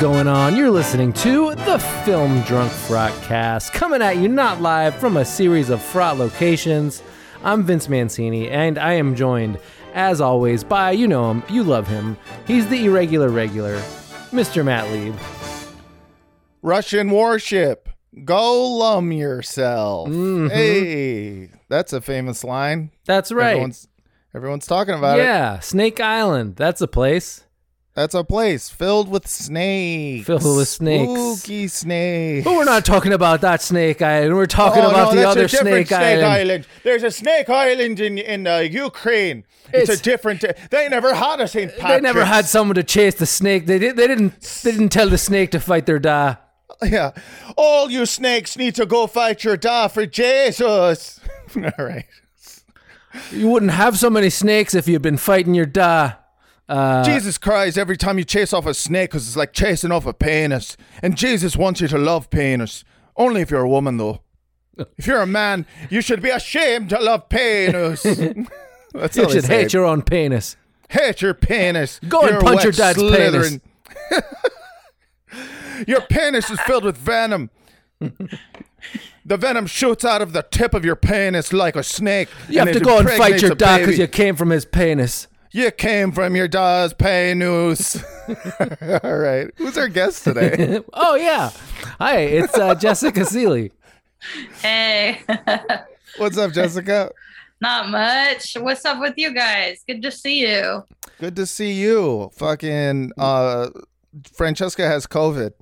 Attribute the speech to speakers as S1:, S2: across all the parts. S1: going on? You're listening to the Film Drunk Frotcast, coming at you not live from a series of frot locations. I'm Vince Mancini, and I am joined, as always, by you know him, you love him. He's the irregular regular, Mr. Matt Lieb.
S2: Russian warship. Go lum yourself.
S1: Mm-hmm.
S2: Hey, that's a famous line.
S1: That's right.
S2: Everyone's, everyone's talking about it.
S1: yeah, Snake Island. That's a place.
S2: That's a place filled with snakes.
S1: Filled with snakes.
S2: Spooky snakes.
S1: But we're not talking about that Snake Island. We're talking
S2: Oh,
S1: about the
S2: no, that's a
S1: other
S2: different
S1: Snake, Island.
S2: There's a snake island in in uh, Ukraine. It's,
S1: It's-
S2: a different. They never had a St.
S1: They
S2: Patrick's.
S1: never had someone to chase the snake. They did. They didn't. They didn't tell the snake to fight their da.
S2: Yeah. All you snakes need to go fight your da for Jesus. All right.
S1: You wouldn't have so many snakes if you'd been fighting your da. Uh,
S2: Jesus cries every time you chase off a snake because it's like chasing off a penis. And Jesus wants you to love penis. Only if you're a woman, though. If you're a man, you should be ashamed to love penis. That's
S1: You should hate your own penis.
S2: hate your penis.
S1: Go and
S2: You're
S1: punch
S2: wet
S1: your dad's
S2: slithering. your penis is filled with venom. The venom shoots out of the tip of your penis like a snake.
S1: You have
S2: it
S1: to go and fight
S2: impregnates
S1: your
S2: a
S1: da because
S2: baby.
S1: you came from his penis.
S2: You came from your dad's penis. All right. Who's our guest today?
S1: Oh yeah. Hi, it's uh, Jessica Seeley.
S3: Hey,
S2: What's up, Jessica?
S3: not much. What's up with you guys? Good to see you.
S2: Good to see you. Fucking uh Francesca has COVID.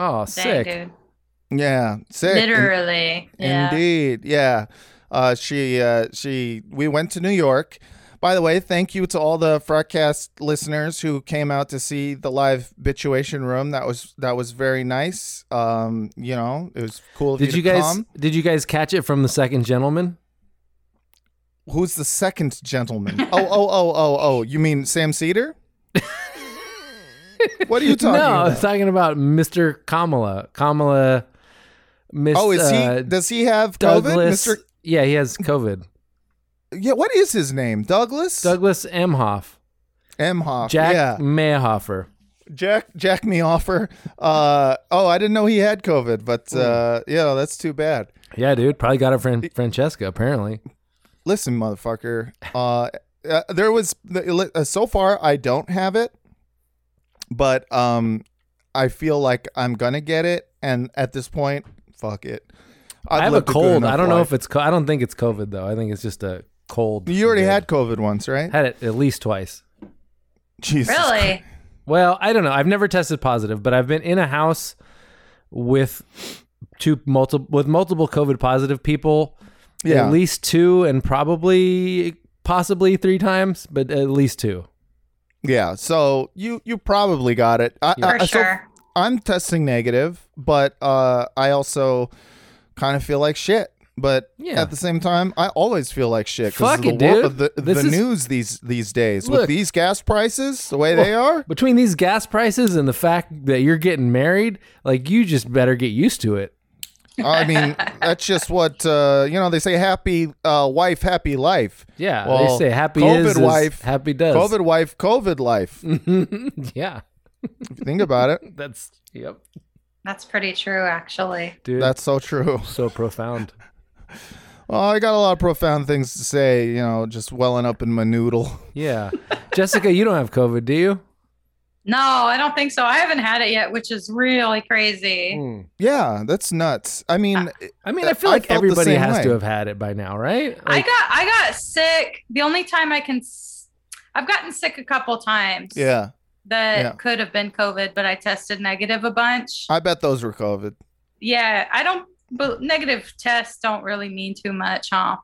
S1: Oh, sick.
S3: Thank you.
S2: Yeah. Sick.
S3: Literally.
S2: In-
S3: yeah.
S2: Indeed. Yeah. Uh she uh she we went to New York. By the way, thank you to all the Frogcast listeners who came out to see the live bituation room. That was that was very nice. Um, you know, it was cool of
S1: Did
S2: you
S1: you
S2: to
S1: guys?
S2: come.
S1: Did you guys catch it from the second gentleman?
S2: Who's the second gentleman? oh, oh, oh, oh, oh. You mean Sam Cedar? what are you
S1: No,
S2: talking
S1: I was
S2: about?
S1: talking about Mr. Kamala. Kamala. Miss,
S2: Oh, is he?
S1: uh,
S2: does he have
S1: Douglas?
S2: COVID?
S1: Yeah, he has COVID.
S2: Mr. Yeah. What is his name? Douglas
S1: Douglas Emhoff.
S2: M. Hoff.
S1: Jack
S2: Yeah.
S1: Mayhofer.
S2: Jack Jack me offer. Uh, oh, I didn't know he had COVID, but uh, yeah, that's too bad.
S1: Yeah, dude. Probably got it from Francesca, apparently.
S2: Listen, motherfucker. Uh, uh, there was uh, so far I don't have it, but um, I feel like I'm gonna get it, and at this point, fuck it. I've
S1: i have a
S2: lived good
S1: cold.
S2: enough
S1: I don't know
S2: life.
S1: if it's. Co- I don't think it's COVID though. I think it's just a cold.
S2: you already
S1: Yeah.
S2: had COVID once, right?
S1: had it at least twice.
S2: Jesus.
S3: Really?
S1: Well, I don't know. I've never tested positive, but I've been in a house with two multiple with multiple COVID positive people.
S2: Yeah.
S1: At least two, and probably possibly three times, but at least two.
S2: Yeah. So you you probably got it. I,
S1: Uh,
S3: For
S2: I- so
S3: sure.
S2: I'm testing negative, but uh, I also kind of feel like shit. But
S1: Yeah.
S2: at the same time, I always feel like shit
S1: Fuck
S2: the,
S1: it,
S2: wor-
S1: dude.
S2: the, the
S1: This is-
S2: news these these days
S1: Look.
S2: with these gas prices the way they are.
S1: Between these gas prices and the fact that you're getting married, like you just better get used to it.
S2: I mean, that's just what uh, you know. They say happy uh, wife, happy life.
S1: Yeah,
S2: Well,
S1: they say happy
S2: COVID
S1: is, is
S2: wife,
S1: happy does.
S2: COVID wife, COVID life. If
S1: Yeah,
S2: you Think about it.
S1: that's yep,
S3: That's pretty true, actually.
S1: dude.
S2: That's so true.
S1: so profound.
S2: Well, I got a lot of profound things to say. You know, just welling up in my noodle.
S1: Yeah. Jessica, you don't have COVID, do you?
S3: No, I don't think so. I haven't had it yet, which is really crazy.
S1: Mm,
S2: Yeah, that's nuts. I mean,
S1: I mean, I feel
S2: Mm. I
S1: like
S2: felt the
S1: everybody
S2: same
S1: has
S2: way.
S1: to have had it by now, right?
S3: I
S1: Like,
S3: got I got sick. The only time I can s- I've gotten sick a couple times.
S2: yeah.
S3: That
S2: yeah.
S3: could have been COVID, but I tested negative a bunch.
S1: Uh.
S2: I bet those were COVID.
S3: yeah, I don't but negative tests don't really mean too much, huh?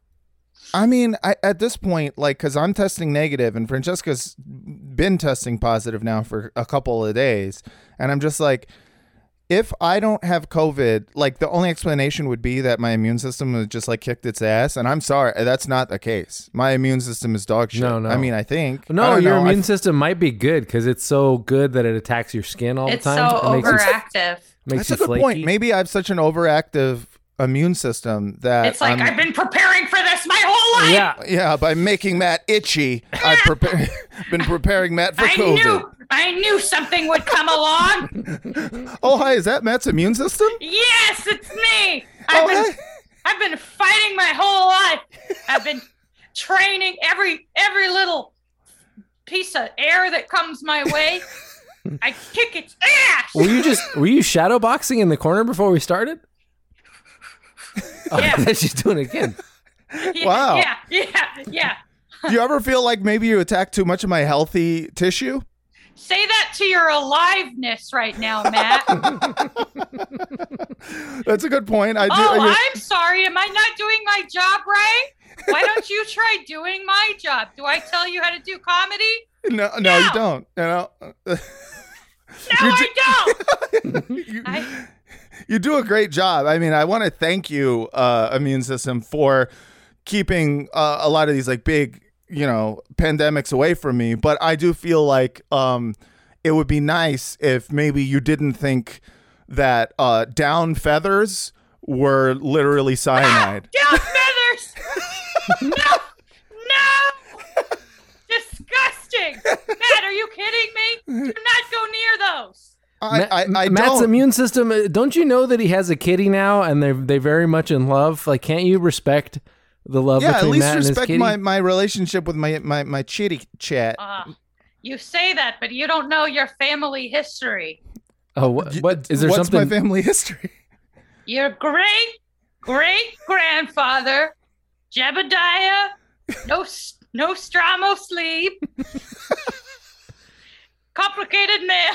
S2: I mean, I, at this point, like, because I'm testing negative and Francesca's been testing positive now for a couple of days. And I'm just like, if I don't have COVID, like, the only explanation would be that my immune system has just like kicked its ass. And I'm sorry, that's not the case. My immune system is dog shit.
S1: No, no.
S2: I mean, I think. I
S1: no,
S2: don't
S1: your
S2: know. I-
S1: immune system might be good because it's so good that it attacks your skin all
S3: it's
S1: the time.
S3: so
S1: It makes you-
S3: overactive.
S1: makes
S2: that's
S1: you
S2: a good
S1: flaky.
S2: point. Maybe I have such an overactive immune system that
S3: It's like
S2: I'm-
S3: I've been preparing for this my whole life.
S1: Yeah.
S2: yeah, by making Matt itchy, I've prepar- been preparing Matt for
S3: I
S2: COVID.
S3: knew I knew something would come along.
S2: Oh, hi, is that Matt's immune system?
S3: Yes, it's me.
S2: Oh,
S3: I've been
S2: hey.
S3: I've been fighting my whole life. I've been training every every little piece of air that comes my way. I kick its ass.
S1: Were you just were you shadow boxing in the corner before we started? Oh,
S3: Yeah.
S1: she's doing it again.
S3: Yeah,
S2: wow.
S3: Yeah, yeah, yeah.
S2: Do you ever feel like maybe you attack too much of my healthy tissue?
S3: Say that to your aliveness right now, Matt. oh,
S2: That's a good point. I do. you-
S3: Oh, I'm sorry. Am I not doing my job right? Why don't you try doing my job? Do I tell you how to do comedy?
S2: no, no, you
S3: No.
S2: don't. You know,
S3: No,
S2: You're
S3: I don't.
S2: you,
S3: I,
S2: you do a great job. I mean, I want to thank you, uh, immune system, for keeping uh, a lot of these like big, you know, pandemics away from me. But I do feel like um, it would be nice if maybe you didn't think that uh, down feathers were literally cyanide.
S3: down feathers. no, no. Disgusting. Matt, are you kidding me? Do not go near those.
S2: I, I, I
S1: Matt's
S2: don't.
S1: immune system. uh, Don't you know that he has a kitty now, and they're they very much in love? Like, can't you respect the love
S2: yeah, at
S1: between
S2: least
S1: Matt and his
S2: respect
S1: kitty?
S2: my, my relationship with my my my chitty chat.
S3: Ah, you say that, but you don't know your family history.
S1: oh, what, what is there
S2: What's
S1: something?
S2: my family history?
S3: Your great great grandfather, Jebediah no, Nostramos Sleep, complicated man,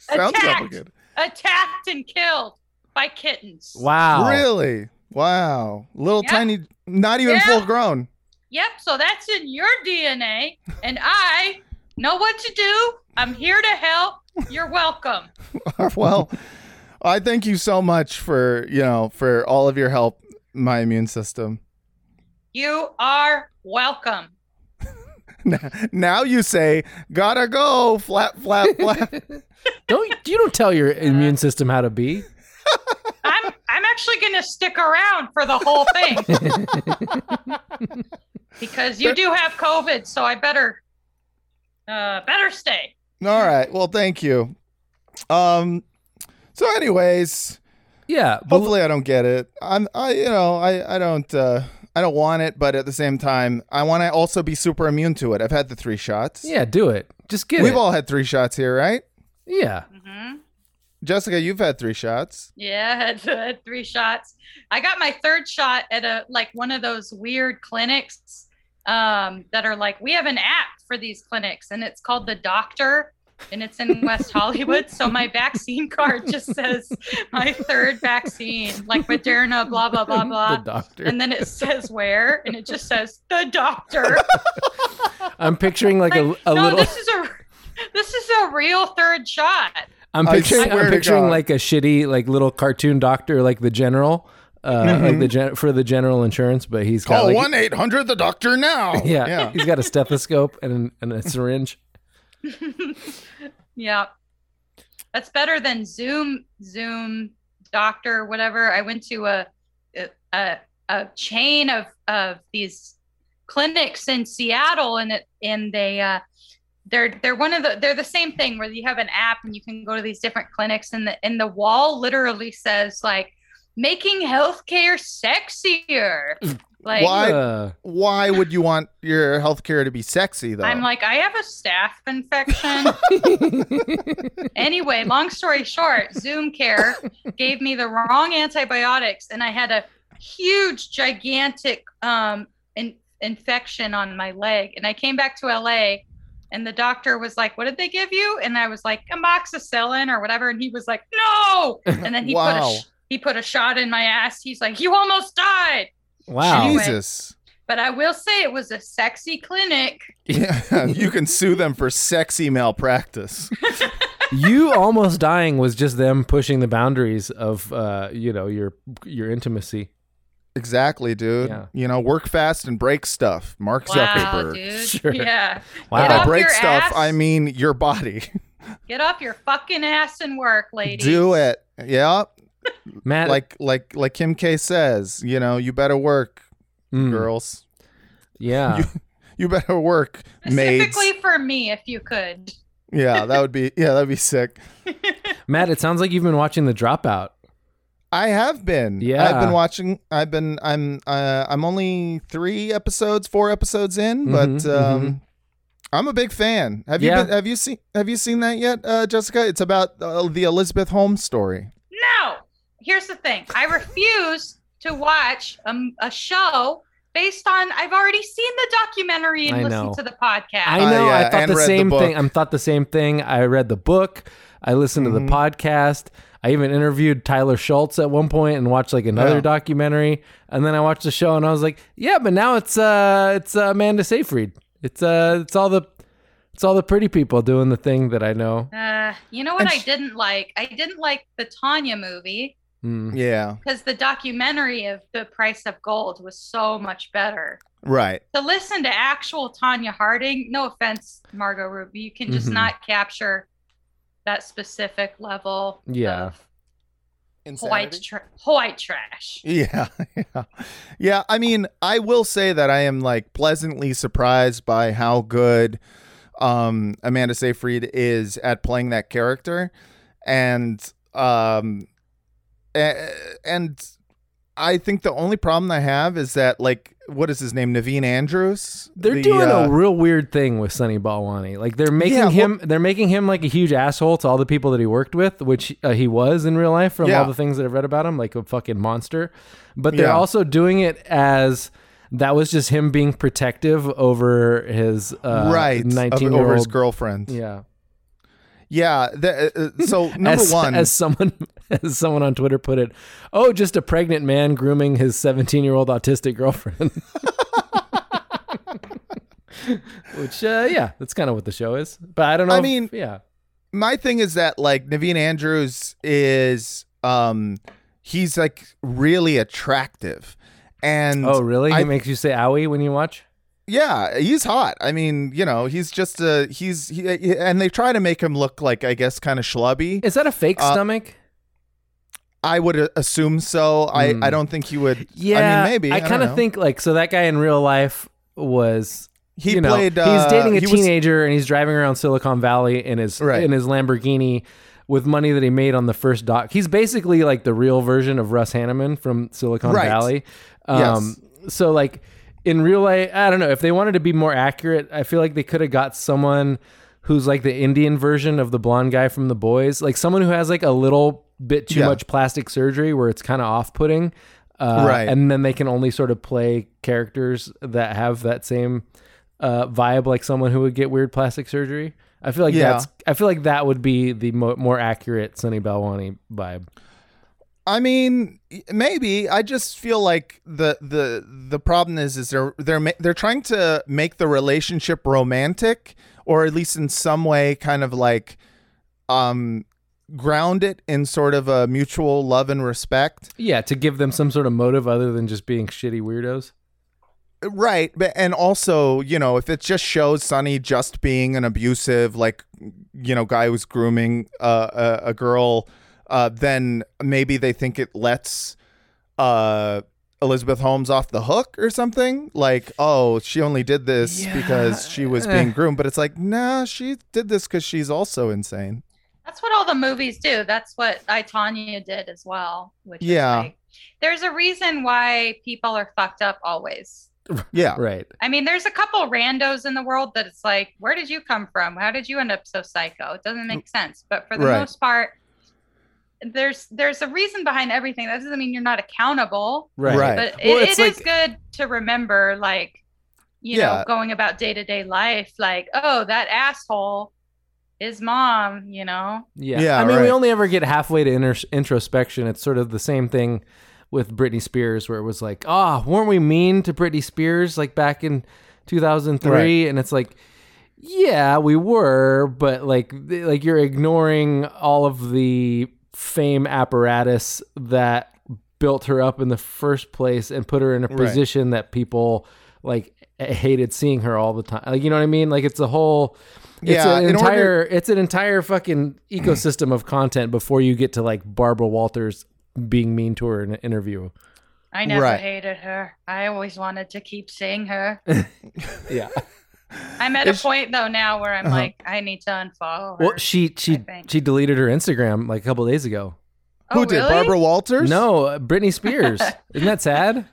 S2: Sounds
S3: Attacked.
S2: complicated.
S3: attacked and killed by kittens.
S1: wow,
S2: Really? Wow. Little
S3: Yeah.
S2: tiny, not even
S3: Yeah.
S2: full grown.
S3: Yep, so that's in your DNA, and I know what to do. I'm here to help. You're welcome.
S2: well, I thank you so much for you know for all of your help, my immune system.
S3: You are welcome.
S2: Now you say gotta go flap flap flap.
S1: don't you don't tell your immune system how to be?
S3: I'm I'm actually gonna stick around for the whole thing. because you do have COVID, so I better uh better stay.
S2: all right. Well, thank you. Um. So, anyways,
S1: Yeah, but
S2: hopefully I don't get it. I'm I you know I I don't uh, I don't want it, but at the same time I want to also be super immune to it. I've had the three shots.
S1: yeah, do it. Just get
S2: We've
S1: it.
S2: all had three shots here, right?
S1: yeah,
S3: hmm
S2: Jessica, you've had three shots.
S3: Yeah, I had, had three shots. I got my third shot at a like one of those weird clinics um, that are like we have an app for these clinics, and it's called the Doctor, and it's in West Hollywood. So my vaccine card just says my third vaccine, like Moderna, blah blah blah
S1: the
S3: blah.
S1: doctor.
S3: And then it says where, and it just says the doctor.
S1: I'm picturing like a,
S3: Like,
S1: a
S3: no,
S1: little.
S3: this is a this is a real third shot.
S1: I'm
S2: I
S1: picturing,
S2: swear
S1: I'm
S2: to
S1: picturing
S2: God.
S1: like a shitty like little cartoon doctor, like the general, uh, like the gen- for the general insurance, but he's got
S2: Call
S1: like,
S2: Mm-hmm. Oh, one eight hundred the doctor now.
S1: yeah,
S2: yeah.
S1: he's got a stethoscope and an, and a syringe.
S3: Yeah. That's better than Zoom, Zoom, doctor, whatever. I went to a a, a chain of, of these clinics in Seattle and it and they uh they're they're one of the they're the same thing where you have an app and you can go to these different clinics and the and the wall literally says like making healthcare sexier. Like
S2: Why I-
S1: Uh,
S2: Why would you want your healthcare to be sexy though?
S3: I'm like, I have a staph infection. anyway, long story short, Zoom Care gave me the wrong antibiotics, and I had a huge, gigantic um, in- infection on my leg. And I came back to LA, and the doctor was like, "What did they give you?" And I was like, "Amoxicillin or whatever," and he was like, "No!" And then he put
S2: Wow.
S3: a sh- he put a shot in my ass. He's like, "You almost died."
S1: wow,
S3: Jeez.
S2: Jesus.
S3: But I will say it was a sexy clinic.
S2: Yeah, you can sue them for sexy malpractice.
S1: you almost dying was just them pushing the boundaries of uh, you know your your intimacy.
S2: exactly, dude.
S1: Yeah.
S2: You know, work fast and break stuff. Mark
S3: Wow,
S2: Zuckerberg.
S3: dude.
S1: Sure.
S3: Yeah.
S2: By
S3: Get
S1: Wow,
S3: off
S2: break
S3: your
S2: stuff,
S3: ass.
S2: I mean your body.
S3: Get off your fucking ass and work, lady.
S2: Do it. Yeah.
S1: Matt, like
S2: Like like like
S1: Hmm.
S2: Kim K says, you know, you better work, girls.
S1: mm, yeah,
S2: You- you better work, maids.
S3: Specifically for me, if you could.
S2: Yeah, that would be yeah, that'd be sick.
S1: Matt, it sounds like you've been watching The Dropout.
S2: I have been.
S1: Yeah.
S2: I've been watching. I've been. I'm. Uh, I'm only three episodes, four episodes in, but
S1: Mhm,
S2: um, I'm a big fan. Have you?
S1: Yeah.
S2: Been, have you seen? Have you seen that yet, uh, Jessica? It's about uh, the Elizabeth Holmes story.
S3: No. Here's the thing. I refuse to watch a, a show based on I've already seen the documentary and
S1: I
S3: listened
S1: know.
S3: to the podcast.
S1: I
S2: Uh,
S1: know.
S2: yeah,
S1: I thought
S2: and
S1: the
S2: read the
S1: same thing.
S2: book.
S1: I thought the same thing. I read the book. I listened to the
S2: Mhm.
S1: podcast. I even interviewed Tyler Schultz at one point and watched like another
S2: Yeah.
S1: documentary. And then I watched the show and I was like, yeah, but now it's uh it's uh, Amanda Seyfried. It's uh it's all the it's all the pretty people doing the thing that I know.
S3: uh, you know what
S2: And
S3: I
S2: sh-
S3: didn't like? I didn't like the Tanya movie
S1: Mm.
S2: Yeah.
S3: because the documentary of The Price of Gold was so much better.
S2: Right.
S3: To listen to actual Tanya Harding, no offense, Margot Ruby, you can just
S1: Mhm.
S3: not capture that specific level
S1: Yeah.
S3: of white, tra- white trash.
S2: Yeah, yeah, yeah. I mean, I will say that I am like pleasantly surprised by how good um, Amanda Seyfried is at playing that character, and um, a- and I think the only problem I have is that like, what is his name, Naveen Andrews?
S1: They're
S2: The,
S1: doing
S2: uh,
S1: a real weird thing with Sonny Balwani. Like they're making
S2: Yeah,
S1: him they're making him like a huge asshole to all the people that he worked with, which uh, he was in real life from
S2: Yeah.
S1: all the things that I've read about him, like a fucking monster. But they're
S2: Yeah.
S1: also doing it as that was just him being protective over his uh,
S2: right of-
S1: 19 year
S2: over his
S1: old
S2: girlfriend. Yeah.
S1: yeah.
S2: the, uh, uh, so number
S1: as,
S2: one,
S1: as someone as someone on Twitter put it, oh, just a pregnant man grooming his 17 year old autistic girlfriend. Which, uh, yeah, that's kind of what the show is. But I don't know.
S2: I
S1: if-
S2: mean-
S1: yeah,
S2: my thing is that like Naveen Andrews is um he's like really attractive. And
S1: oh, really?
S2: I-
S1: it makes you say "owie" when you watch.
S2: yeah, he's hot. I mean, you know, he's just a he's he, and they try to make him look like I guess kind of schlubby.
S1: Is that a fake
S2: Uh,
S1: stomach?
S2: I would uh, assume so.
S1: Mm.
S2: I I don't think he would
S1: Yeah,
S2: I mean maybe.
S1: I
S2: don't
S1: kind of
S2: know.
S1: think like so. That guy in real life was
S2: he
S1: you know,
S2: played
S1: he's
S2: uh,
S1: dating a
S2: he was-
S1: teenager and he's driving around Silicon Valley in his
S2: Right.
S1: in his Lamborghini with money that he made on the first doc. He's basically like the real version of Russ Hanneman from Silicon
S2: Right.
S1: Valley. Um so like in real life, I don't know, if they wanted to be more accurate, I feel like they could have got someone who's like the Indian version of the blonde guy from The Boys, like someone who has like a little bit too
S2: Yeah.
S1: much plastic surgery where it's kind of off-putting. Uh,
S2: Right.
S1: And then they can only sort of play characters that have that same uh, vibe, like someone who would get weird plastic surgery. I feel like
S2: Yeah.
S1: that's. I feel like that would be the mo- more accurate Sonny Balwani vibe.
S2: I mean, maybe. I just feel like the the the problem is is they're they're ma- they're trying to make the relationship romantic, or at least in some way, kind of like, um, ground it in sort of a mutual love and respect.
S1: Yeah, to give them some sort of motive other than just being shitty weirdos.
S2: Right, but and also, you know, if it just shows Sonny just being an abusive, like, you know, guy who's grooming uh, a, a girl, uh, then maybe they think it lets uh, Elizabeth Holmes off the hook or something. Like, oh, she only did this because she was
S1: Yeah.
S2: being groomed, but it's like, nah, she did this because she's also insane.
S3: That's what all the movies do. That's what I Tanya did as well. Which is
S2: Yeah.
S3: like- there's a reason why people are fucked up always.
S2: Yeah,
S1: Right.
S3: I mean, there's a couple randos in the world that it's like, where did you come from? How did you end up so psycho? It doesn't make sense. But for the
S2: Mm. Right.
S3: most part, there's there's a reason behind everything. That doesn't mean you're not accountable.
S1: Right.
S2: Right.
S3: But
S1: Well,
S3: it, it
S1: it's
S3: is
S1: like-
S3: good to remember, like, you
S2: Yeah.
S3: know, going about day to day life, like, oh, that asshole is mom, you know?
S1: Yeah.
S2: Yeah,
S1: I mean, we
S2: right.
S1: only ever get halfway to inter- introspection. It's sort of the same thing with Britney Spears, where it was like, ah, weren't we mean to Britney Spears like back in 2003? And it's like, yeah, we were, but like, th- like you're ignoring all of the fame apparatus that built her up in the first place and put her in a
S2: Right.
S1: position that people like h- hated seeing her all the time. Like, you know what I mean? Like, it's a whole. It's
S2: Yeah,
S1: an
S2: in order-
S1: entire it's an entire fucking ecosystem of content before you get to like Barbara Walters being mean to her in an interview.
S3: I never
S2: Right.
S3: hated her. I always wanted to keep seeing her.
S1: Yeah.
S3: I'm at
S2: Is-
S3: a point though now where I'm
S2: Uh-huh.
S3: like, I need to unfollow her.
S1: Well, she
S3: I
S1: she
S3: think.
S1: she deleted her Instagram like a couple days ago.
S3: oh,
S2: Who did
S3: really?
S2: Barbara Walters?
S1: No, uh, Britney Spears. Isn't that sad?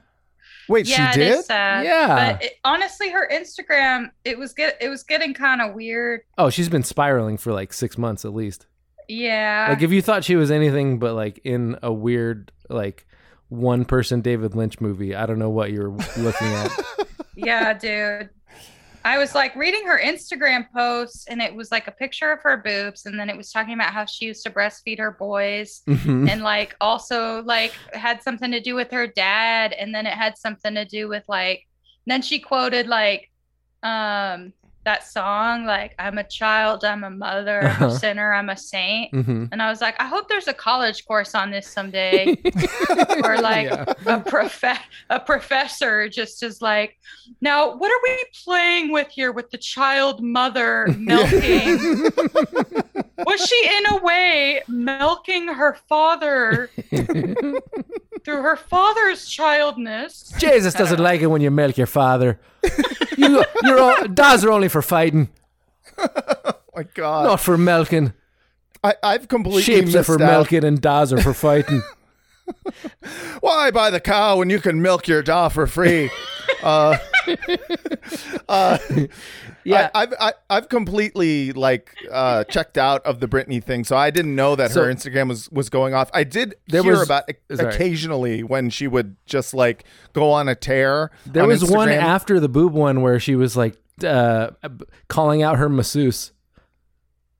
S2: wait,
S3: yeah,
S2: she
S3: it
S2: did.
S3: is sad.
S1: yeah.
S3: Uh, But it, honestly, her Instagram it was get it was getting kind of weird.
S1: oh, she's been spiraling for like six months at least.
S3: Yeah,
S1: Like if you thought she was anything but like in a weird like one person David Lynch movie, I don't know what you're looking at.
S3: yeah, dude. I was like reading her Instagram posts, and it was like a picture of her boobs, and then it was talking about how she used to breastfeed her boys,
S1: Mhm.
S3: and like also like had something to do with her dad and then it had something to do with like then she quoted like um that song like i'm a child i'm a mother i'm
S1: Uh-huh.
S3: a sinner i'm a saint
S1: Mhm.
S3: and i was like i hope there's a college course on this someday
S1: Mm-hmm.
S3: or like
S1: Yeah.
S3: a prof a professor just is like now what are we playing with here with the child mother milking was she in a way milking her father through her father's childness?
S1: Jesus doesn't like it when you milk your father. You, you're all, dads are only for fighting,
S2: oh my god!
S1: not for milking.
S2: I, I've completely
S1: Sheep's are
S2: missed
S1: for
S2: out.
S1: milking and dads are for fighting.
S2: Why buy the cow when you can milk your dog for free? uh, uh,
S1: Yeah.
S2: I, I've I, I've completely like uh, checked out of the Britney thing, so I didn't know that
S1: So-
S2: her Instagram was was going off. I did
S1: There
S2: hear
S1: was-
S2: about it
S1: sorry.
S2: occasionally when she would just like go on a tear.
S1: There
S2: on
S1: was one
S2: Instagram.
S1: after the boob one where she was like uh, calling out her masseuse.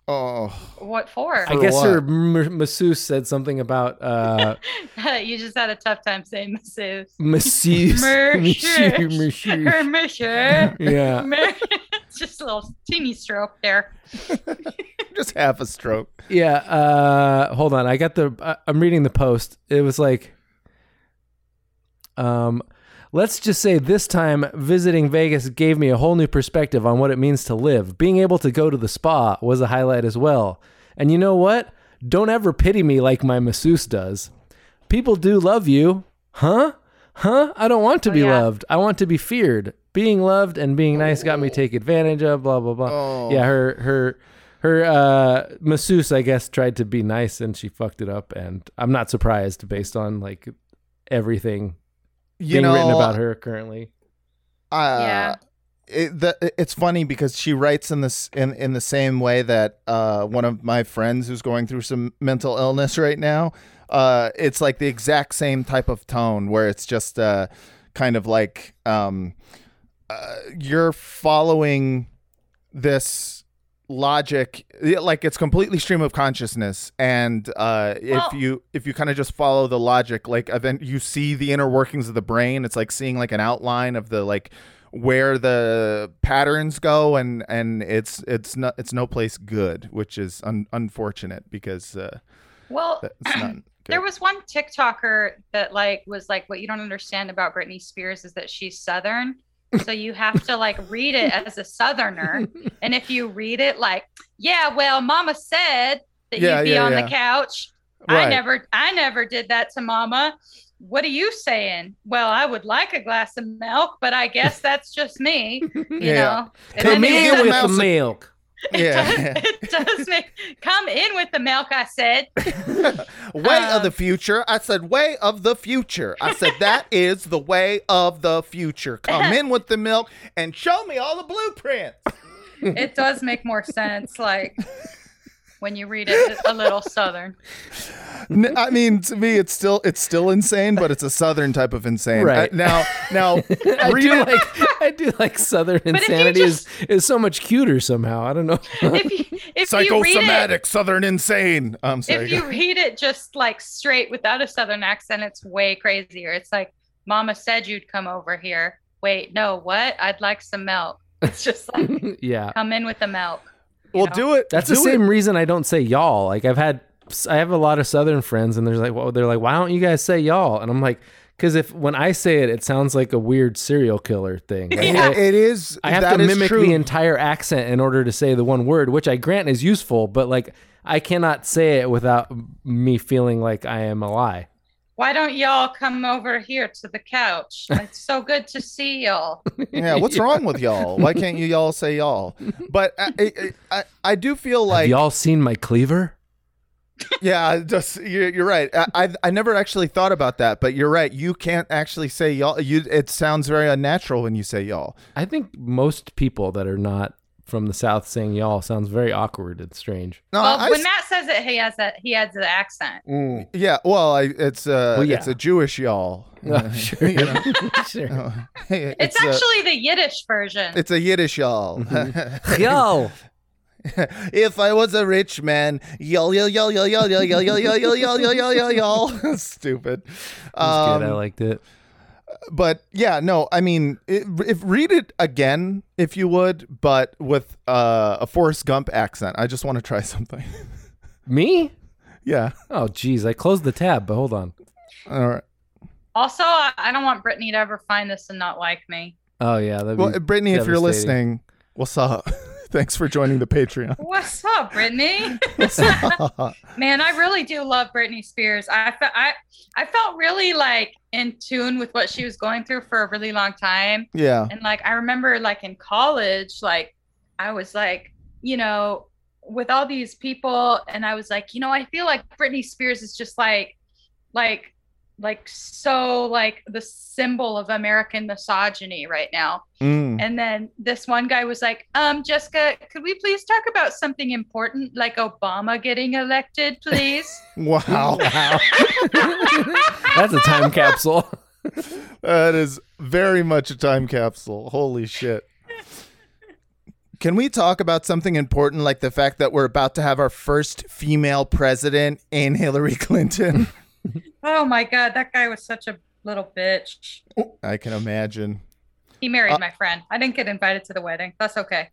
S2: Oh,
S3: What for?
S1: I
S2: For
S1: guess her
S2: what?
S1: m- masseuse said something about uh,
S3: you just had a tough time saying masseuse.
S1: masseuse. Masseuse,
S3: Masseuse.
S1: masseuse.
S3: Masseuse.
S2: Uh,
S1: Yeah.
S3: just a little teeny stroke there.
S2: just half a stroke.
S1: Yeah. Uh, hold on. I got the. I I'm reading the post. It was like, um, let's just say this time visiting Vegas gave me a whole new perspective on what it means to live. Being able to go to the spa was a highlight as well. And you know what? Don't ever pity me like my masseuse does. People do love you, huh? Huh? I don't want to
S3: Oh,
S1: be
S3: yeah.
S1: loved. I want to be feared. Being loved and being nice got me taken advantage of. Blah blah blah
S2: Oh,
S1: yeah her her her uh masseuse i guess tried to be nice and she fucked it up and i'm not surprised based on like everything
S2: you
S1: being
S2: know,
S1: written about her currently
S2: Uh,
S3: Yeah.
S2: It, the, it's funny because she writes in this in, in the same way that uh, one of my friends who's going through some mental illness right now. Uh, it's like the exact same type of tone where it's just uh, kind of like um, uh, you're following this logic yeah, like it's completely stream of consciousness and uh
S3: Well-
S2: if you if you kind of just follow the logic like event you see the inner workings of the brain it's like seeing like an outline of the like where the patterns go and and it's it's not it's no place good which is un- unfortunate because uh
S3: Well,
S2: that's not good.
S3: There was one TikToker that like was like, what you don't understand about Britney Spears is that she's Southern. So you have to like read it as a Southerner. And if you read it like, yeah, well, mama said that
S2: Yeah,
S3: you'd be
S2: yeah,
S3: on
S2: yeah.
S3: the couch. I
S2: Right.
S3: never I never did that to mama. What are you saying? Well, I would like a glass of milk, but I guess that's just me. You
S2: Yeah.
S3: know. And then it
S2: in
S3: does-
S2: with the mouse-
S1: milk
S3: it
S2: yeah,
S3: does- It does make come in with the milk, I said.
S2: way of
S3: Um,
S2: the future. I said, way of the future. I said, that is the way of the future. Come in with the milk and show me all the blueprints.
S3: it does make more sense like when you read it a little southern
S2: N- I mean, to me, it's still it's still insane, but it's a southern type of insane.
S1: Right.
S2: Uh, now, now,
S1: i
S2: read
S1: do
S2: it-
S1: like i do like southern
S3: if you
S1: insanity is is so much cuter somehow i don't know
S3: if you if you read it
S2: psychosomatic southern insane. I'm sorry.
S3: if you read it just like straight without a southern accent it's way crazier it's like mama said you'd come over here wait no what i'd like some milk it's just like
S1: yeah
S3: come in with the milk you
S2: well,
S3: know?
S2: do it.
S1: that's
S2: do
S1: the
S2: it.
S1: same reason i don't say y'all like i've had i have a lot of southern friends and they're like well they're like why don't you guys say y'all and i'm like because if when i say it it sounds like a weird serial killer thing Like,
S2: It-
S1: I-
S2: it is.
S1: I have
S2: that
S1: to
S2: is
S1: mimic
S2: true.
S1: the entire accent in order to say the one word, which I grant is useful, but like I cannot say it without m- me feeling like I am a lie.
S3: Why don't y'all come over here to the couch? It's so good to see y'all.
S2: Yeah, what's wrong with y'all? Why can't you y'all say y'all? But I, I, I, I do feel like
S1: Have y'all seen my cleaver?
S2: yeah, just you're, you're right. I, I I never actually thought about that, but you're right. You can't actually say y'all. You it sounds very unnatural when you say y'all.
S1: I think most people that are not from the South saying y'all sounds very awkward and strange.
S2: No,
S3: well,
S2: I,
S3: when
S2: s-
S3: Matt says it, he has that he adds the accent.
S2: yeah. Well, I, it's uh,
S1: Well, yeah.
S2: it's a Jewish y'all.
S1: Oh, sure.
S2: You know?
S1: sure.
S2: Oh, hey,
S3: It's,
S2: a-
S3: actually the Yiddish version.
S2: it's a Yiddish y'all.
S1: Yo.
S2: if I was a rich man, y'all, y'all, y'all, y'all, y'all, y'all, y'all, y'all, y'all, y'all, y'all, y'all, y'all, y'all. Stupid.
S1: That's good. I
S2: Um,
S1: liked it.
S2: but yeah, no, I mean, it, if read it again, if you would, but with uh, a Forrest Gump accent. I just want to try something.
S1: Me?
S2: yeah.
S1: Oh, geez. I closed the tab, but hold on.
S2: All right.
S3: also, I, I don't want Brittany to ever find this and not like me.
S1: Oh, yeah. That'd be
S2: Well, Brittany, if you're
S1: devastating.
S2: listening, what's up? Thanks for joining the Patreon.
S3: What's up, Brittany? Man, I really do love Britney Spears. I, fe- I I felt really like in tune with what she was going through for a really long time.
S2: yeah.
S3: And like I remember like in college, like I was like, you know, with all these people and I was like, you know, I feel like Britney Spears is just like like like so like the symbol of American misogyny right now.
S2: Mm.
S3: And then this one guy was like, um, Jessica, could we please talk about something important like Obama getting elected, please?
S1: Wow.
S2: Wow.
S1: That's a time capsule.
S2: That is very much a time capsule. Holy shit. Can we talk about something important like the fact that we're about to have our first female president in Hillary Clinton?
S3: Oh my god, that guy was such a little bitch.
S2: I can imagine.
S3: He married
S2: Uh,
S3: my friend. I didn't get invited to the wedding. That's okay.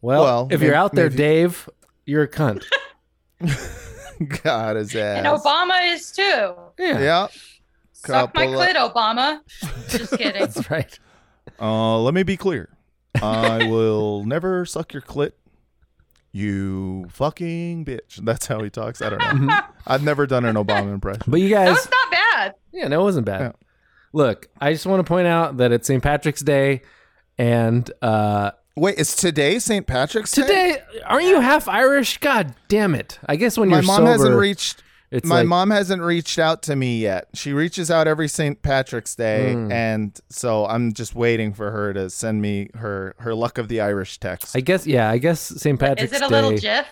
S1: Well,
S2: Well,
S1: if you're
S2: may-
S1: out there,
S2: maybe-
S1: Dave, you're a cunt.
S2: God is ass.
S3: And Obama is too.
S2: Yeah.
S3: Suck my
S2: Couple of-
S3: clit, Obama. Just kidding.
S1: That's right.
S2: Uh, let me be clear. I will never suck your clit. You fucking bitch. That's how he talks. I don't know. I've never done an Obama impression.
S1: But you
S3: That
S1: guys,
S3: was not bad.
S1: yeah, no, it wasn't bad.
S2: Yeah.
S1: Look, I just want to point out that it's St. Patrick's Day, and uh,
S2: Wait, is today St. Patrick's Day?
S1: today, aren't you half Irish? God damn it! I guess when
S2: My
S1: you're
S2: mom
S1: sober,
S2: hasn't reached
S1: it's
S2: my
S1: like,
S2: mom hasn't reached out to me yet. She reaches out every St. Patrick's Day,
S1: Mm.
S2: and so I'm just waiting for her to send me her her luck of the Irish text.
S1: I guess, yeah, I guess St. Patrick's
S3: is it a
S1: Day.
S3: little gif?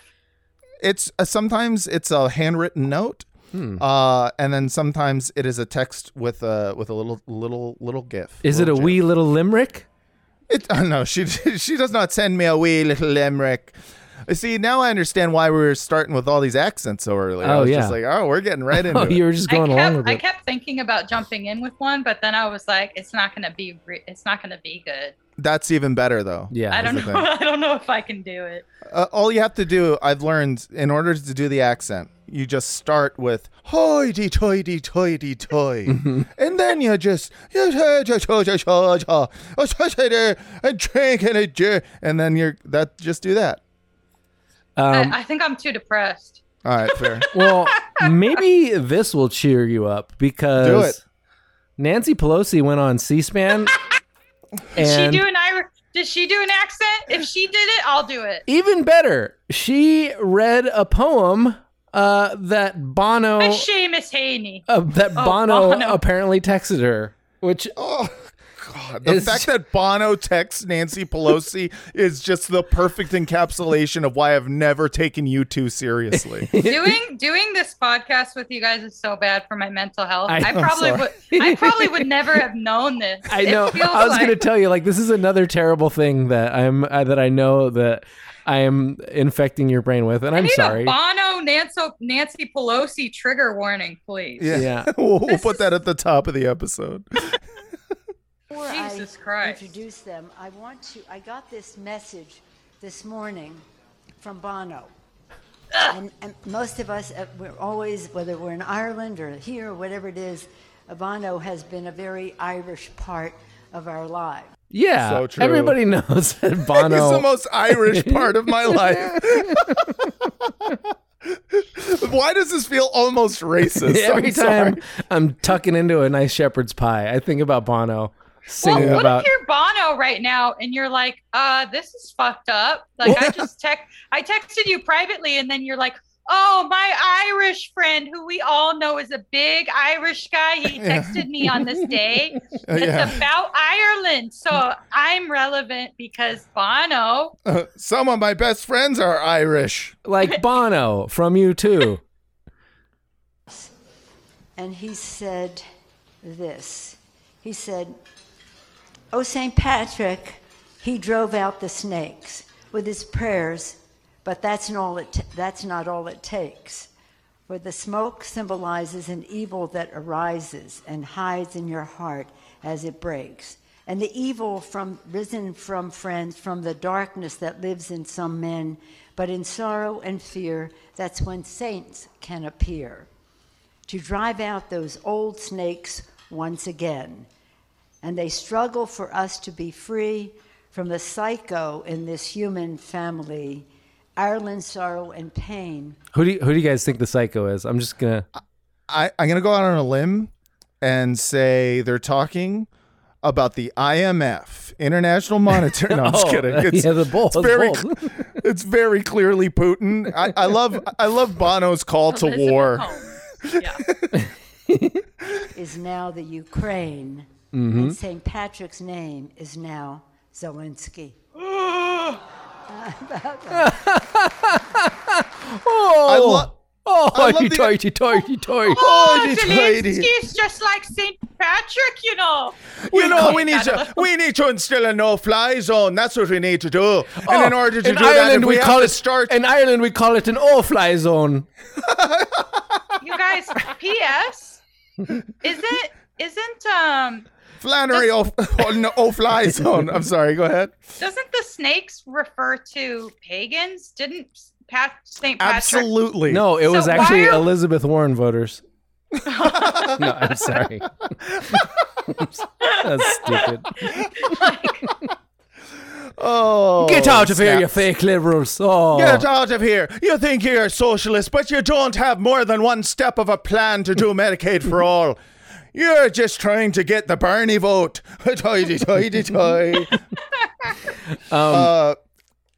S2: it's uh, sometimes it's a handwritten note,
S1: Hmm.
S2: uh, and then sometimes it is a text with a with a little little little gif.
S1: Is it a
S2: little gif.
S1: wee little limerick?
S2: It, oh, no, she she does not send me a wee little limerick. See, now I understand why we were starting with all these accents so early. I
S1: Oh,
S2: was
S1: yeah.
S2: just like, oh, we're getting right into
S1: Oh,
S2: it.
S1: you were just
S3: I
S1: going along
S3: kept,
S1: with
S3: I
S1: it.
S3: kept thinking about jumping in with one, but then I was like, it's not gonna be re- it's not gonna be good.
S2: That's even better though.
S1: Yeah,
S3: I don't
S2: that's
S3: know.
S2: the
S3: I don't know if I can do it.
S2: Uh, all you have to do, I've learned, in order to do the accent, you just start with hoity toity toity toy. And then you just and drink and a ju- and then you're that just do that.
S1: Um,
S3: I, I think I'm too depressed.
S2: All right, fair.
S1: well, maybe this will cheer you up because
S2: Do it.
S1: Nancy Pelosi went on C-SPAN,
S3: Did
S1: and
S3: she do an Irish? Did she do an accent? If she did it, I'll do it.
S1: even better, she read a poem uh, that Bono
S3: Miss Seamus Haney.
S1: uh, that
S3: Oh,
S1: Bono,
S3: Bono.
S1: apparently texted her, which
S2: Oh god. The
S1: It's-
S2: fact that Bono texts Nancy Pelosi is just the perfect encapsulation of why I've never taken you two seriously.
S3: doing doing this podcast with you guys is so bad for my mental health.
S1: I-
S3: I,
S1: I'm
S3: probably
S1: sorry.
S3: would I probably would never have known this.
S1: I
S3: It
S1: know
S3: feels
S1: I was
S3: like-
S1: going to tell you like this is another terrible thing that I'm uh, that I know that I am infecting your brain with, and
S3: I
S1: I'm
S3: need
S1: sorry.
S3: a Bono Nancy Nancy Pelosi trigger warning, please.
S2: Yeah.
S1: yeah.
S2: we'll, we'll put that at the top of the episode.
S4: Before
S3: Jesus
S4: I
S3: Christ.
S4: introduce them, I want to. I got this message this morning from Bono. And, and most of us, uh, we're always, whether we're in Ireland or here or whatever it is, uh, Bono has been a very Irish part of our lives.
S1: Yeah,
S2: So true.
S1: everybody knows that
S2: It's
S1: Bono.
S2: the most Irish part of my life. Why does this feel almost racist?
S1: Every time
S2: I'm sorry.
S1: I'm tucking into a nice shepherd's pie, I think about Bono singing
S3: well, what
S1: about.
S3: if you're Bono right now and you're like, uh, this is fucked up. Like I just text I texted you privately and then you're like, Oh, my Irish friend who we all know is a big Irish guy. He
S2: Yeah.
S3: texted me on this day.
S2: Uh,
S3: It's
S2: yeah.
S3: about Ireland. So I'm relevant because Bono.
S2: Uh, some of my best friends are Irish.
S1: Like Bono from you too.
S4: And he said this. He said, Oh, St. Patrick, he drove out the snakes with his prayers, but that's, an all it that's not all it takes. For the smoke symbolizes an evil that arises and hides in your heart as it breaks. And the evil from risen from friends, from the darkness that lives in some men, but in sorrow and fear, that's when saints can appear to drive out those old snakes once again. And they struggle for us to be free from the psycho in this human family, Ireland's sorrow and pain.
S1: Who do you, who do you guys think the psycho is? I'm just gonna.
S2: I, I'm gonna go out on a limb and say they're talking about the IMF, International Monetary. No, I'm just
S1: Oh,
S2: kidding. It's,
S1: yeah, the bull-
S2: It's very,
S1: bold.
S2: cl- it's very clearly Putin. I, I love, I love Bono's call to
S3: Elizabeth
S2: war.
S3: Holmes. Yeah.
S4: is now the Ukraine, and St. Patrick's name is now Zelensky.
S1: Oh,
S2: I love.
S1: oh,
S2: I love
S1: you
S2: the-
S1: toity, toity, toity.
S2: Oh, this lady.
S3: Zelensky's just like St. Patrick, you know.
S2: You know, we
S3: Like
S2: need
S3: that
S2: to we need to instill a no-fly zone. That's what we need to do. and Oh, in order to do
S1: Oh, Ireland,
S2: that, if we, have
S1: call
S2: to
S1: it
S2: start.
S1: in Ireland we call it an all-fly zone.
S3: You guys, P.S. Isn't isn't um
S2: Flannery off no fly zone. I'm sorry. Go ahead.
S3: doesn't the snakes refer to pagans? Didn't Pat St. Patrick?
S2: Absolutely.
S1: No, it
S3: So
S1: was
S3: why
S1: actually
S3: are-
S1: Elizabeth Warren voters. no, I'm sorry. That's stupid.
S2: Oh,
S1: Get out of here,
S2: snap.
S1: you fake liberals. Oh.
S2: Get out of here. You think you're a socialist, but you don't have more than one step of a plan to do Medicaid for all. You're just trying to get the Bernie vote. Tidy, tidy, tidy.
S1: Um,
S2: uh,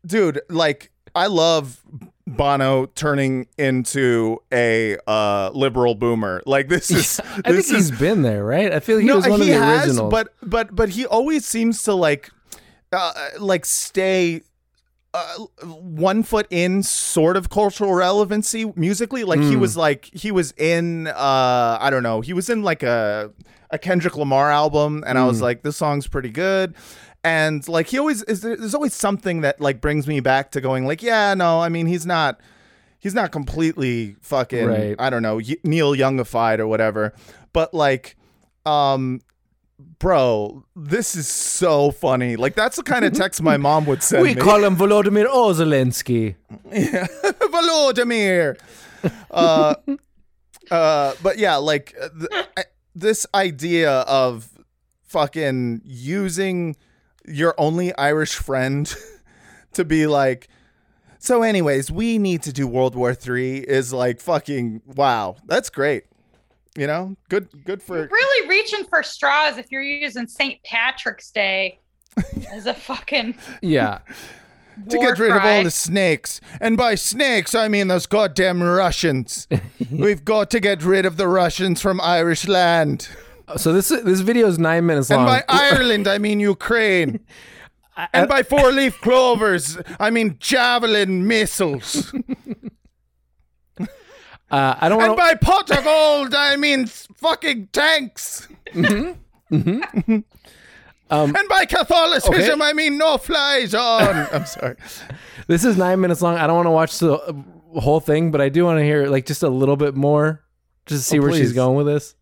S2: dude, like, I love Bono turning into a uh, liberal boomer. Like, this is.
S1: I think
S2: this is
S1: he's been there, right? I feel he was one of
S2: he
S1: the
S2: has,
S1: originals.
S2: But but but he always seems to like uh, like stay uh, one foot in sort of cultural relevancy musically. Like
S1: Hmm.
S2: he was like he was in uh, I don't know he was in like a a Kendrick Lamar album, and I
S1: Hmm.
S2: was like this song's pretty good. And like he always is, there- there's always something that like brings me back to going like yeah no I mean he's not he's not completely fucking
S1: Right.
S2: I don't know y- Neil Youngified or whatever, but like um bro this is so funny like that's the kind of text my mom would send
S1: we
S2: me
S1: call him Volodymyr Zelensky.
S2: Volodymyr. Uh, uh, but yeah, like uh, th- I- this idea of fucking using your only Irish friend to be like. So, anyways, we need to do World War Three. Is like fucking wow. That's great. You know, good, good for.
S3: really reaching for straws if you're using St. Patrick's Day as a fucking
S1: Yeah.
S2: to
S3: war
S2: get rid of
S3: cry.
S2: all the snakes. And by snakes, I mean those goddamn Russians. We've got to get rid of the Russians from Irish land.
S1: So this this video is nine minutes long.
S2: And uh, by Ireland, I mean Ukraine. And by four leaf clovers, I mean javelin missiles.
S1: uh, I don't
S2: And
S1: want to.
S2: by pot of gold, I mean s- fucking tanks. and by Catholicism, I mean no flies on. I'm sorry.
S1: This is nine minutes long. I don't want to watch the uh, whole thing, but I do want to hear like just a little bit more, just to see
S2: Oh,
S1: where she's
S2: please.
S1: going with this.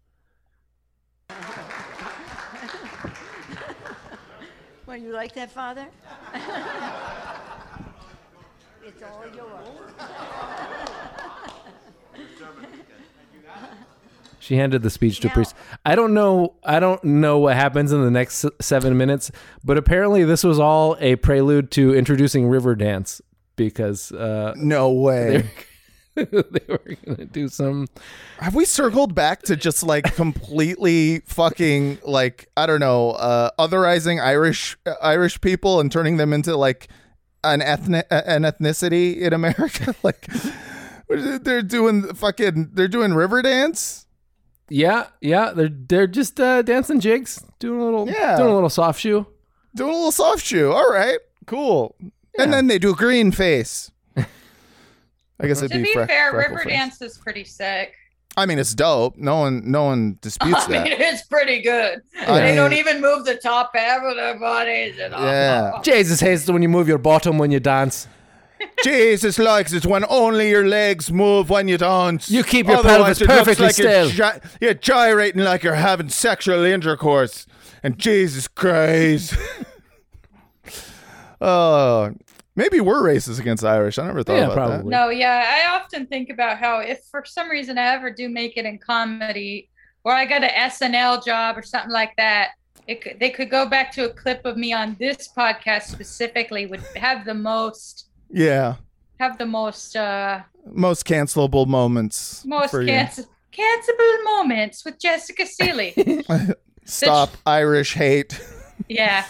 S4: Well, you like that, Father? it's all yours.
S1: She handed the speech to
S4: Now-
S1: priest. I don't know. I don't know what happens in the next s- seven minutes, but apparently this was all a prelude to introducing River Dance because uh,
S2: No way.
S1: they were gonna do some.
S2: Have we circled back to just like completely fucking like I don't know, uh, otherizing Irish uh, Irish people and turning them into like an ethnic an ethnicity in America? like they're doing fucking they're doing river dance.
S1: Yeah, yeah, they're they're just uh, dancing jigs, doing a little,
S2: Yeah.
S1: doing a little soft shoe.
S2: Doing a little soft shoe. All right, cool. And then they do green face. I guess it'd
S3: to be
S2: fre-
S3: fair,
S2: freckle
S3: river
S2: face.
S3: dance is pretty sick.
S2: I mean, it's dope. No one, no one disputes
S3: I mean,
S2: that.
S3: it's pretty good.
S2: I
S3: they
S2: mean-
S3: don't even move the top half of their bodies at all.
S2: Yeah.
S1: Jesus hates it when you move your bottom when you dance.
S2: Jesus likes it when only your legs move when you dance.
S1: You keep your
S2: Otherwise,
S1: pelvis
S2: it looks
S1: perfectly
S2: like you're
S1: still.
S2: gi- you're gyrating like you're having sexual intercourse. And Jesus Christ. oh, maybe we're racist against Irish. I never thought
S1: Yeah,
S2: about that.
S1: probably.
S3: No, yeah, I often think about how if for some reason I ever do make it in comedy, or I got an SNL job or something like that, it could, they could go back to a clip of me on this podcast specifically would have the most
S2: Yeah,
S3: have the most uh
S2: most cancelable moments.
S3: most
S2: for you.
S3: canc- cancelable moments with Jessica Seeley.
S2: Stop Irish hate.
S3: yeah,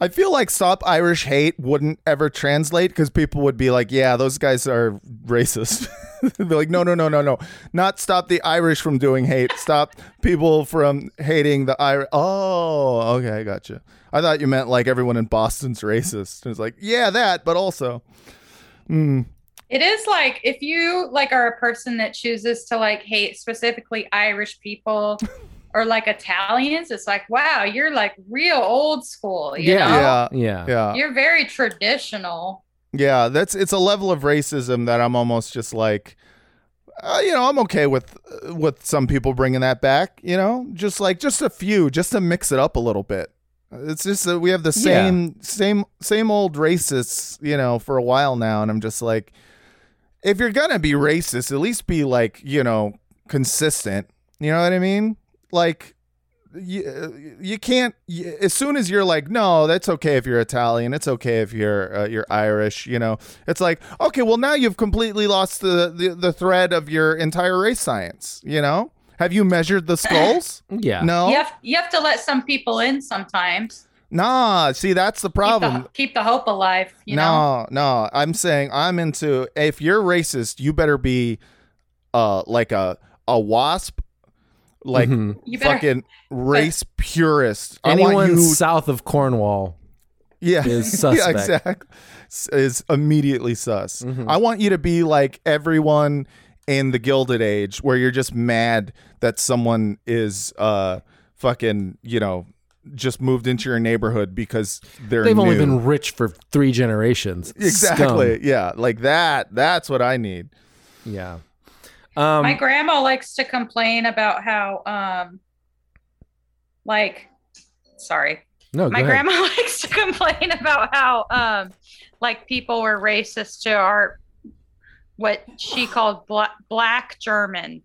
S2: I feel like stop Irish hate wouldn't ever translate because people would be like, yeah, those guys are racist. They'd be like, no, no, no, no, no. Not stop the Irish from doing hate. Stop people from hating the Irish. Oh, okay. I gotcha. I thought you meant like everyone in Boston's racist. It was like, yeah, that, but also.
S3: it is like if you like are a person that chooses to like hate specifically Irish people. Or like Italians, it's like wow, you're like real old school. You
S1: Yeah.
S3: know?
S2: Yeah.
S1: Yeah,
S2: Yeah.
S3: You're very traditional.
S2: Yeah, that's it's a level of racism that I'm almost just like, uh, you know, I'm okay with uh, with some people bringing that back. You know, just like just a few, just to mix it up a little bit. It's just that we have the
S1: Yeah.
S2: same same same old racists, you know, for a while now, and I'm just like, if you're gonna be racist, at least be like, you know, consistent. You know what I mean? Like. You, you can't you, as soon as you're like no that's okay if you're Italian it's okay if you're uh, you're Irish you know it's like okay well now you've completely lost the, the the thread of your entire race science you know have you measured the skulls
S1: yeah.
S2: no
S3: You have you have to let some people in sometimes.
S2: nah see that's the problem
S3: Keep the, keep the hope alive. You know.
S2: no, no. I'm saying I'm into if you're racist, you better be uh like a a wasp like
S1: Mhm.
S3: You better-
S2: fucking race purist. I
S1: Anyone
S2: want you
S1: south of Cornwall,
S2: yeah,
S1: is
S2: yeah,
S1: suspect. Mm-hmm.
S2: exactly. S- Is immediately sus. I want you to be like everyone in the Gilded Age, where you're just mad that someone is uh fucking you know just moved into your neighborhood because they're
S1: they've only
S2: new.
S1: been rich for three generations.
S2: exactly yeah like that. That's what I need.
S1: Scum. Yeah. Um,
S3: My grandma likes to complain about how um like sorry.
S1: no, Oh, go
S3: My
S1: ahead.
S3: grandma likes to complain about how um like people were racist to our what she called black black German.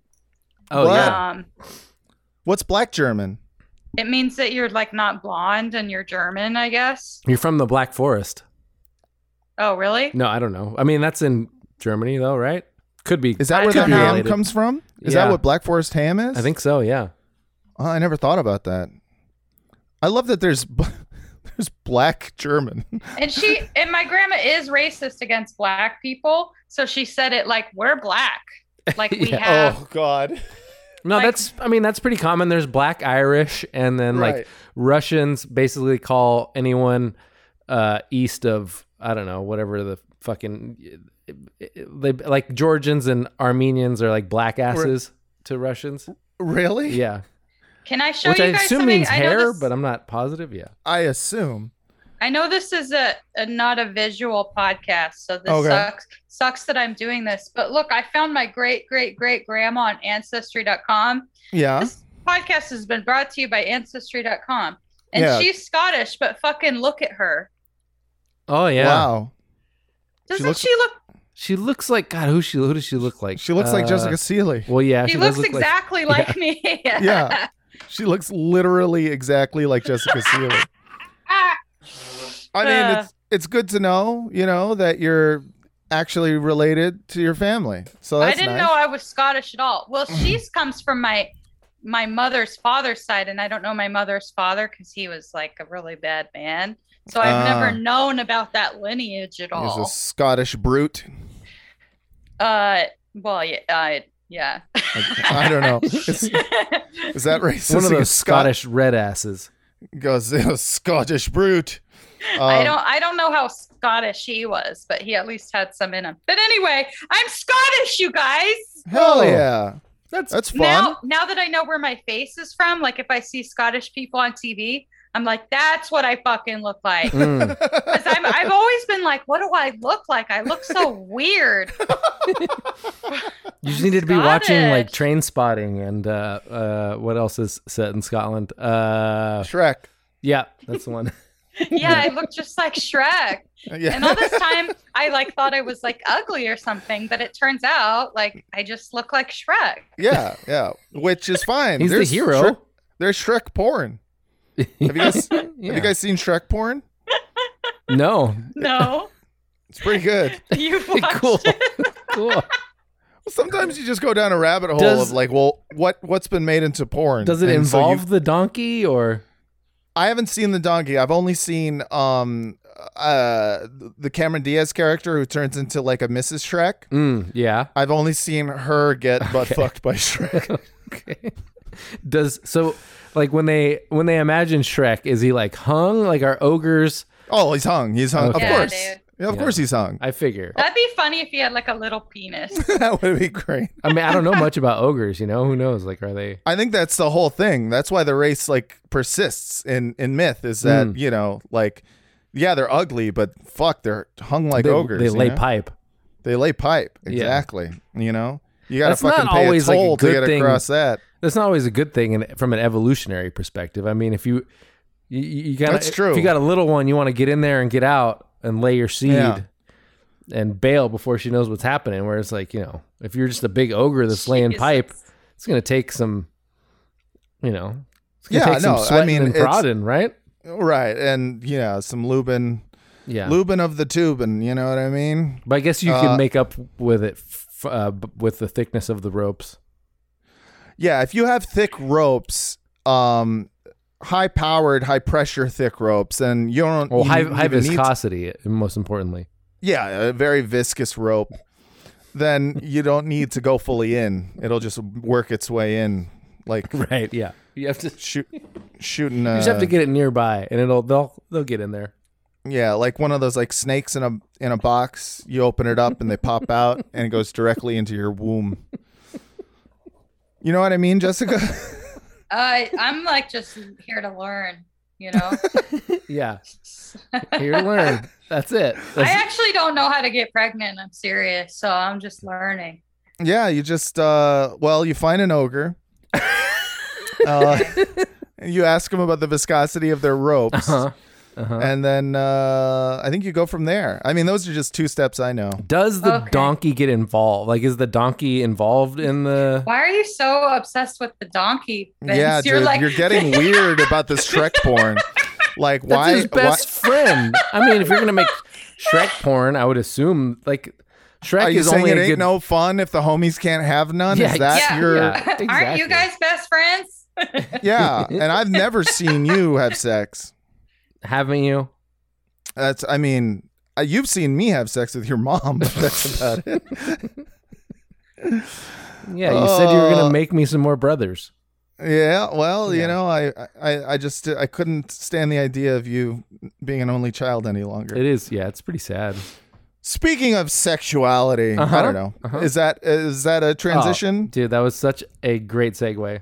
S1: Oh
S2: What?
S1: yeah.
S3: Um
S2: What's black German?
S3: it means that you're like not blonde and you're German, I guess.
S1: You're from the Black Forest.
S3: Oh, really?
S1: No, I don't know. I mean, that's in Germany though, right? Could be.
S2: Is that where
S1: could
S2: the
S1: be
S2: ham
S1: related.
S2: comes from? Is
S1: Yeah.
S2: that what Black Forest ham is?
S1: I think so. Yeah.
S2: Oh, I never thought about that. I love that there's b- there's black German.
S3: and she and my grandma is racist against black people so she said it like we're black like we
S1: Yeah. Oh.
S3: have
S2: Oh, God.
S1: No,
S3: Like-
S1: that's. I mean, that's pretty common. There's Black Irish, and then like
S2: Right.
S1: Russians basically call anyone uh, east of I don't know whatever the fucking they like Georgians and Armenians are like black asses to Russians.
S2: Really?
S1: Yeah,
S3: can i show
S1: which
S3: you
S1: I
S3: guys
S1: assume
S3: something
S1: means
S3: I, know
S1: hair,
S3: this,
S1: but I'm not positive. Yeah.
S2: I assume.
S3: I know this is a, a not a visual podcast so this
S2: Okay.
S3: sucks sucks that i'm doing this but look i found my great great great grandma on ancestry.com
S2: Yeah.
S3: this podcast has been brought to you by ancestry.com and
S2: Yeah.
S3: she's scottish but fucking look at her
S1: Oh yeah.
S2: Wow.
S3: doesn't
S2: looks-
S3: she look
S1: She looks like God. Who she? Who does she look like?
S2: She looks like
S1: Uh,
S2: Jessica Seeley.
S1: Well, yeah,
S3: she,
S1: she does
S3: looks
S1: look like-
S3: exactly like, me
S2: Yeah. She looks literally exactly like Jessica Seeley. I mean,
S3: Uh.
S2: it's it's good to know, you know, that you're actually related to your family. So Oh, that's
S3: I didn't
S2: nice.
S3: know I was Scottish at all. Well, she's comes from my my mother's father's side, and I don't know my mother's father because he was like a really bad man. So I've
S2: Ah.
S3: never known about that lineage at
S2: He's a
S3: all.
S2: Scottish brute.
S3: Uh, well, yeah, uh, yeah.
S2: I don't know. Is, is that racist?
S1: One of those
S2: He's Scot-
S1: Scottish red asses.
S2: goes "You're a Scottish brute.
S3: I
S2: Um,
S3: don't I don't know how Scottish he was, but he at least had some in him. But anyway, I'm Scottish, you guys.
S1: Oh.
S2: Hell yeah,
S1: That's
S2: that's fun.
S3: Now now that I know where my face is from, like if I see Scottish people on TV, I'm like, that's what I fucking look like.
S1: Mm.
S3: Because I'm, I've always been like, what do I look like? I look so weird.
S1: You just needed to be watching like
S3: Scottish.
S1: Train Spotting and uh, uh, what else is set in Scotland? Uh,
S2: Shrek.
S1: yeah, that's the one.
S3: Yeah, I look just like Shrek.
S2: Yeah.
S3: And all this time, I like thought I was like ugly or something, but it turns out like I just look like Shrek.
S2: yeah, yeah. Which is fine.
S1: He's
S2: There's
S1: the hero.
S2: Shrek, there's Shrek porn. Have you guys
S1: Yeah.
S2: have you guys seen Shrek porn?
S1: no,
S3: No,
S2: It's pretty good.
S3: you've watched
S1: cool,
S3: it.
S1: cool.
S2: Sometimes you just go down a rabbit hole
S1: Does-
S2: of like, well, what what's been made into porn?
S1: Does it
S2: And so you-
S1: involve the donkey or?
S2: I haven't seen the donkey. I've only seen um uh the Cameron Diaz character who turns into like a Mrs. Shrek.
S1: Mm, yeah.
S2: I've only seen her get butt fucked by Shrek.
S1: okay. Does so like when they when they imagine Shrek, is he like hung? Like are ogres?
S2: Oh, he's hung. He's hung.
S1: Okay.
S2: Of
S1: Yeah,
S2: course.
S3: dude.
S2: Yeah, of
S1: Yeah.
S2: course he's hung.
S1: I figure.
S3: That'd be funny if he had like a little penis.
S2: that would be great.
S1: I mean, I don't know much about ogres. You know, who knows? Like, are they?
S2: I think that's the whole thing. That's why the race like persists in in myth is that,
S1: Mm.
S2: you know, like yeah, they're ugly, but fuck, they're hung like
S1: they,
S2: ogres.
S1: They
S2: you
S1: lay
S2: know?
S1: pipe.
S2: They lay pipe.
S1: Yeah.
S2: Exactly. You know? You gotta
S1: That's not
S2: fucking pay
S1: always,
S2: a
S1: like, a
S2: toll to
S1: good
S2: get
S1: thing.
S2: across that.
S1: That's not always a good thing, in, from an evolutionary perspective. I mean, if you you, you got
S2: That's true.
S1: If you got a little one, you want to get in there and get out and lay your seed.
S2: Yeah.
S1: And bail before she knows what's happening. Whereas, like you know, if you're just a big ogre that's laying
S3: Jesus.
S1: pipe, it's gonna take some, you know, it's gonna
S2: Yeah,
S1: take some
S2: no, I
S1: sweating
S2: mean,
S1: and
S2: it's-
S1: prodding, right?
S2: Right. And yeah, some lubin
S1: Yeah,
S2: lubin of the tubin, you know what I mean?
S1: But I guess you
S2: Uh,
S1: can make up with it f- uh, b- with the thickness of the ropes.
S2: Yeah, if you have thick ropes, um high powered, high pressure thick ropes, and you don't
S1: Well,
S2: you
S1: high,
S2: don't
S1: high
S2: even need to-
S1: viscosity, most importantly.
S2: yeah, a very viscous rope, then you don't need to go fully in. It'll just work its way in, like
S1: Right. Yeah. You have to. You
S2: shoot, shooting. Uh,
S1: just have to get it nearby, and it'll they'll they'll get in there.
S2: yeah, like one of those like snakes in a in a box. You open it up and they pop out, and it goes directly into your womb. You know what I mean, Jessica?
S3: I Uh, I'm like just here to learn, you know.
S1: Yeah. Here to learn. That's it.
S3: I
S1: That's-
S3: actually don't know how to get pregnant. I'm serious, so I'm just learning.
S2: yeah, you just uh, well, you find an ogre. Uh, you ask them about the viscosity of their ropes.
S1: uh-huh. Uh-huh.
S2: and then uh, I think you go from there. I mean, those are just two steps I know.
S1: Does the
S3: Okay.
S1: donkey get involved? Like, is the donkey involved in the?
S3: Why are you so obsessed with the donkey? Vince?
S2: yeah,
S3: you're
S2: dude,
S3: like
S2: you're getting weird about this Shrek porn. Like,
S1: That's
S2: why?
S1: his best friend. I mean, if you're gonna make Shrek porn, I would assume like Shrek
S2: why are you
S1: is
S2: saying
S1: only
S2: it
S1: a
S2: ain't
S1: good.
S2: no fun if the homies can't have none?
S1: Yeah,
S2: Is that
S3: yeah,
S2: your? Yeah.
S1: yeah,
S3: aren't
S1: exactly.
S3: you guys best friends?
S2: and I've never seen you have sex.
S1: haven't you?
S2: That's. I mean, uh, you've seen me have sex with your mom. But that's about it.
S1: Yeah, you said you were
S2: Uh,
S1: gonna make me some more brothers.
S2: Yeah. Well,
S1: Yeah.
S2: you know, I, I, I just, I couldn't stand the idea of you being an only child any longer.
S1: It is, yeah, it's pretty sad.
S2: Speaking of sexuality,
S1: Uh-huh,
S2: I don't know.
S1: uh-huh.
S2: Is that is that a
S1: Oh,
S2: transition?
S1: dude, that was such a great segue. Oh.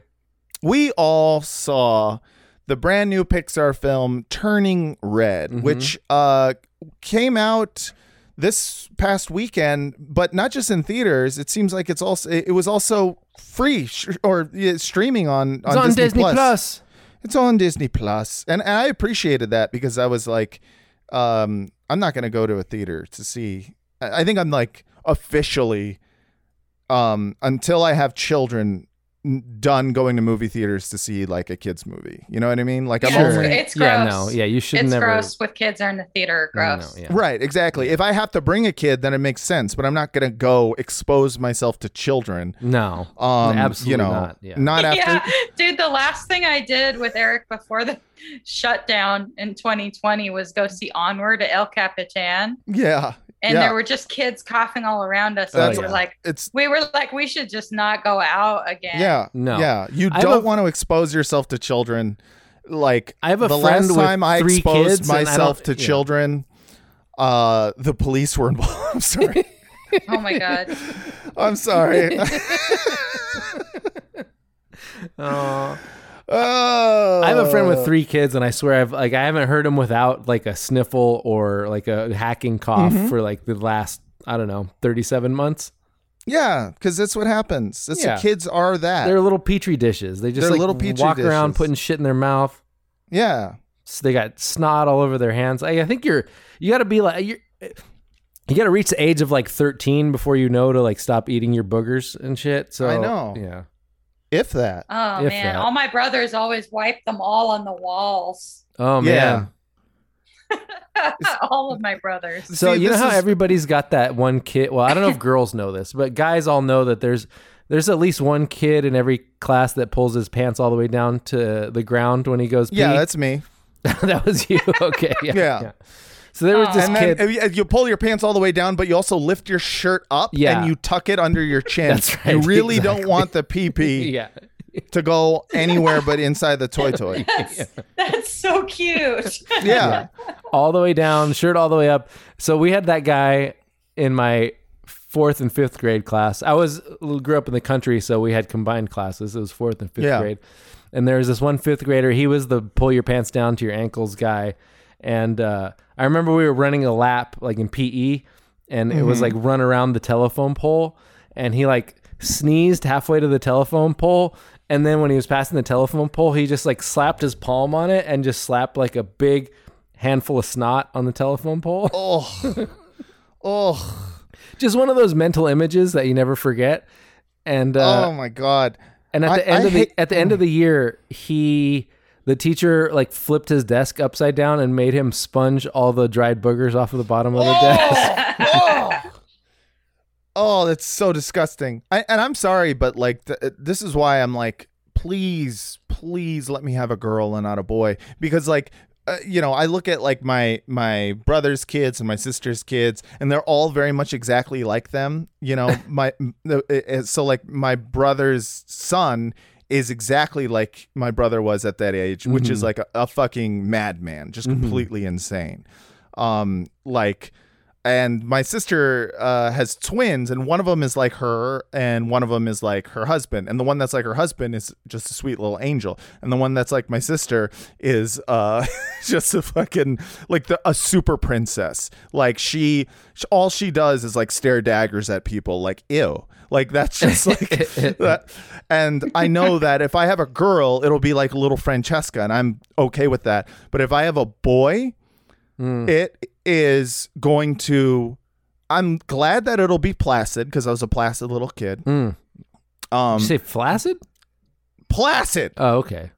S2: We all saw the brand new Pixar film Turning Red,
S1: Mhm.
S2: which uh came out this past weekend, but not just in theaters. It seems like it's also it was also free sh- or yeah, streaming on
S1: It's on Disney Plus.
S2: It's on Disney Plus, and, and I appreciated that because I was like, um, I'm not gonna go to a theater to see. I, I think I'm like officially, um, until I have children, n- done going to movie theaters to see like a kids movie. You know what I mean? Like
S3: Yeah,
S2: I'm
S3: it's
S2: only
S3: great. it's
S1: Yeah,
S3: gross.
S1: no, yeah, you should
S3: it's
S1: never.
S3: gross with kids are in the theater.
S1: no,
S3: Gross.
S1: yeah.
S2: Right, exactly. If I have to bring a kid, then it makes sense, but I'm not going to go expose myself to children.
S1: No,
S2: Um,
S1: absolutely
S2: you know,
S1: not. Yeah.
S2: not after
S3: yeah, dude. The last thing I did with Eric before the shutdown in 2020 was go see Onward at El Capitan,
S2: Yeah,
S3: and
S2: Yeah.
S3: there were just kids coughing all around us. and
S1: That's-
S3: we were like,
S2: it's
S3: we were like, we should just not go out again.
S2: yeah,
S1: No.
S2: yeah. You
S1: I have
S2: don't
S1: a-
S2: want to expose yourself to children. Like
S1: I have a
S2: the
S1: friend
S2: last
S1: with
S2: time I
S1: three
S2: exposed
S1: kids and I
S2: myself to
S1: don't- yeah.
S2: children, uh, the police were involved. I'm sorry.
S3: Oh my god.
S2: I'm sorry.
S1: Aw.
S2: oh,
S1: I have a friend with three kids, and I swear I've like I haven't heard him without like a sniffle or like a hacking cough
S2: Mm-hmm.
S1: for like the last I don't know thirty seven months.
S2: Yeah, because that's what happens. That's
S1: Yeah.
S2: the kids are that.
S1: They're little petri dishes. They just
S2: Uh. They're
S1: like
S2: little petri
S1: walk around
S2: dishes.
S1: putting shit in their mouth.
S2: yeah,
S1: So they got snot all over their hands. I, I think you're you got to be like you're. You got to reach the age of like 13 before you know to like stop eating your boogers and shit. So
S2: I know.
S1: Yeah.
S2: if that.
S3: Oh
S1: If
S3: man,
S1: that.
S3: all my brothers always wipe them all on the walls.
S1: Oh man.
S2: Yeah.
S3: all of my brothers.
S1: So
S2: See,
S1: you know
S2: this
S1: how
S2: is-
S1: everybody's got that one kid. Well, I don't know if girls know this, but guys all know that there's there's at least one kid in every class that pulls his pants all the way down to the ground when he goes. Pee.
S2: Yeah, that's me.
S1: that was you. Okay. Yeah.
S2: Yeah.
S1: So there was
S3: Aw.
S1: this
S2: And
S1: kid.
S2: then uh, you pull your pants all the way down, but you also lift your shirt up
S1: Yeah.
S2: and you tuck it under your chin.
S1: That's right,
S2: You really
S1: exactly.
S2: don't want the pee pee
S1: yeah.
S2: to go anywhere but inside the toy toy.
S3: That's, that's so cute.
S2: Yeah.
S1: all the way down, shirt all the way up. So we had that guy in my fourth and fifth grade class. I was grew up in the country, so we had combined classes. It was fourth and fifth
S2: Yeah.
S1: grade, and there was this one fifth grader. He was the pull your pants down to your ankles guy, and uh, I remember we were running a lap like in PE, and it was like run around the telephone pole, and he like sneezed halfway to the telephone pole. And then when he was passing the telephone pole, he just like slapped his palm on it and just slapped like a big handful of snot on the telephone pole.
S2: Oh. Oh.
S1: Just one of those mental images that you never forget. And uh,
S2: oh my god.
S1: and at
S2: I-
S1: the end
S2: I
S1: of the
S2: hate-
S1: at the end of the year, he the teacher like flipped his desk upside down and made him sponge all the dried boogers off of the bottom of the desk.
S2: oh. Oh, that's so disgusting. I, and I'm sorry, but like th- uh, this is why I'm like, please, please let me have a girl and not a boy because like. Uh, you know, I look at like my my brother's kids and my sister's kids, and they're all very much exactly like them. You know, my the- uh, uh, so like my brother's son is exactly like my brother was at that age, which is like a, a fucking madman, just completely insane. Um, like and my sister uh, has twins and one of them is like her and one of them is like her husband and the one that's like her husband is just a sweet little angel and the one that's like my sister is uh, just a fucking like the, a super princess like she, sh all she does is like stare daggers at people like ew like that's just like that and i know that if i have a girl it'll be like little francesca and i'm okay with that but if i have a boy
S1: Mm. Hmm.
S2: it is going to i'm glad that it'll be placid because i was a placid little kid
S1: Mm.
S2: um
S1: Did you say flaccid?
S2: placid
S1: Oh, okay.